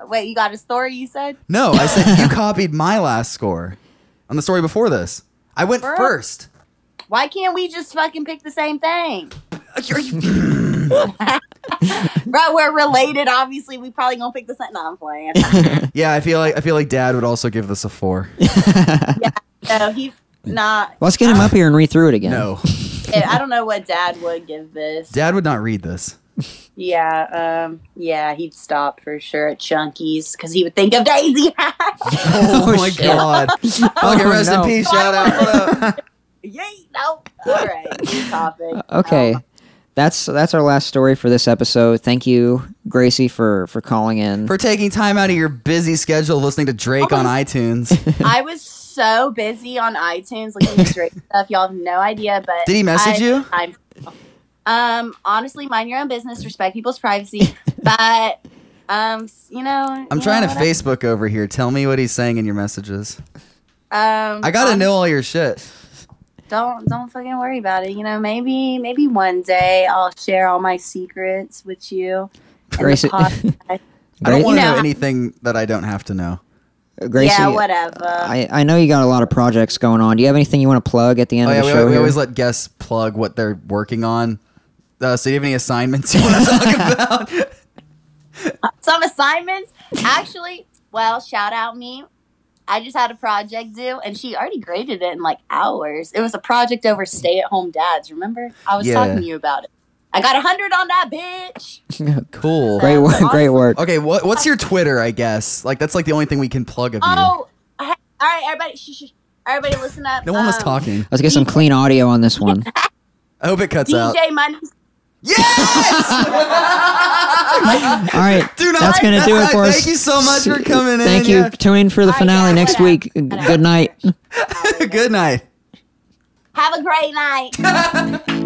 [SPEAKER 1] Wait, you got a story? You said
[SPEAKER 3] No, I said you copied my last score on the story before this. I went
[SPEAKER 1] Bro.
[SPEAKER 3] first.
[SPEAKER 1] why can't we just fucking pick the same thing? Bro, we're related. Obviously, we probably gonna pick the same. No, I'm playing.
[SPEAKER 3] Yeah, I feel like I feel like Dad would also give this a four.
[SPEAKER 1] no, he not.
[SPEAKER 2] Let's get him up here and read through it again.
[SPEAKER 3] No,
[SPEAKER 1] I don't know what Dad would give this.
[SPEAKER 3] Dad would not read this.
[SPEAKER 1] Yeah, um, yeah, he'd stop for sure at Chunky's because he would think of Daisy.
[SPEAKER 3] Oh, my
[SPEAKER 2] shit.
[SPEAKER 3] god! Okay,
[SPEAKER 2] Oh,
[SPEAKER 3] rest
[SPEAKER 2] no.
[SPEAKER 3] in peace. Shout out. What up?
[SPEAKER 1] Yay, no. All right, new topic.
[SPEAKER 2] Okay.
[SPEAKER 1] Um,
[SPEAKER 2] that's that's our last story for this episode. Thank you, Gracie, for for calling in.
[SPEAKER 3] For taking time out of your busy schedule listening to Drake on iTunes.
[SPEAKER 1] Um, I was so busy on iTunes looking at straight stuff. Y'all have no idea, but
[SPEAKER 3] Did he message
[SPEAKER 1] I-
[SPEAKER 3] you?
[SPEAKER 1] I'm, um, honestly, mind your own business, respect people's privacy, but um, s- you know,
[SPEAKER 3] I'm
[SPEAKER 1] you
[SPEAKER 3] trying
[SPEAKER 1] know,
[SPEAKER 3] to
[SPEAKER 1] whatever.
[SPEAKER 3] Facebook over here. Tell me what he's saying in your messages.
[SPEAKER 1] Um,
[SPEAKER 3] I gotta
[SPEAKER 1] honestly,
[SPEAKER 3] know all your shit.
[SPEAKER 1] don't don't fucking worry about it. You know, maybe maybe one day I'll share all my secrets with you. in the
[SPEAKER 2] Gracie,
[SPEAKER 1] podcast.
[SPEAKER 3] I don't
[SPEAKER 2] Gra-
[SPEAKER 3] want to
[SPEAKER 1] You
[SPEAKER 3] know
[SPEAKER 1] know-
[SPEAKER 3] anything that I don't have to know.
[SPEAKER 2] Uh, Gracie,
[SPEAKER 1] yeah, whatever.
[SPEAKER 2] I, I know you got a lot of projects going on. Do you have anything you want to plug at the end
[SPEAKER 3] Oh
[SPEAKER 2] of
[SPEAKER 3] yeah,
[SPEAKER 2] the
[SPEAKER 3] we,
[SPEAKER 2] show?
[SPEAKER 3] we
[SPEAKER 2] here?
[SPEAKER 3] always let guests plug what they're working on. Uh, so do you have any assignments you want to talk about?
[SPEAKER 1] Some assignments, actually. Well, shout out me. I just had a project due, and she already graded it in like hours. It was a project over stay-at-home dads. Remember, I was
[SPEAKER 3] Yeah.
[SPEAKER 1] talking to you about it. I got a hundred on that bitch.
[SPEAKER 3] Cool.
[SPEAKER 2] great work, great work.
[SPEAKER 3] Okay, what what's your Twitter? I guess like that's like the only thing we can plug of you.
[SPEAKER 1] Oh, he- all right, everybody, shh, shh, shh. everybody, listen up.
[SPEAKER 3] no one was
[SPEAKER 1] Um,
[SPEAKER 3] talking.
[SPEAKER 2] Let's get some clean audio on this one.
[SPEAKER 3] I hope it cuts out.
[SPEAKER 1] DJ Money.
[SPEAKER 2] All right.
[SPEAKER 3] Do not-
[SPEAKER 2] that's going to do it
[SPEAKER 3] that's-
[SPEAKER 2] for us.
[SPEAKER 3] thank you so much for coming in,
[SPEAKER 2] Thank you.
[SPEAKER 3] yeah.
[SPEAKER 2] Tune in for the
[SPEAKER 1] All right,
[SPEAKER 2] finale
[SPEAKER 1] yeah,
[SPEAKER 2] next
[SPEAKER 1] whatever.
[SPEAKER 2] week. Good night.
[SPEAKER 3] Good night.
[SPEAKER 1] Have a great night.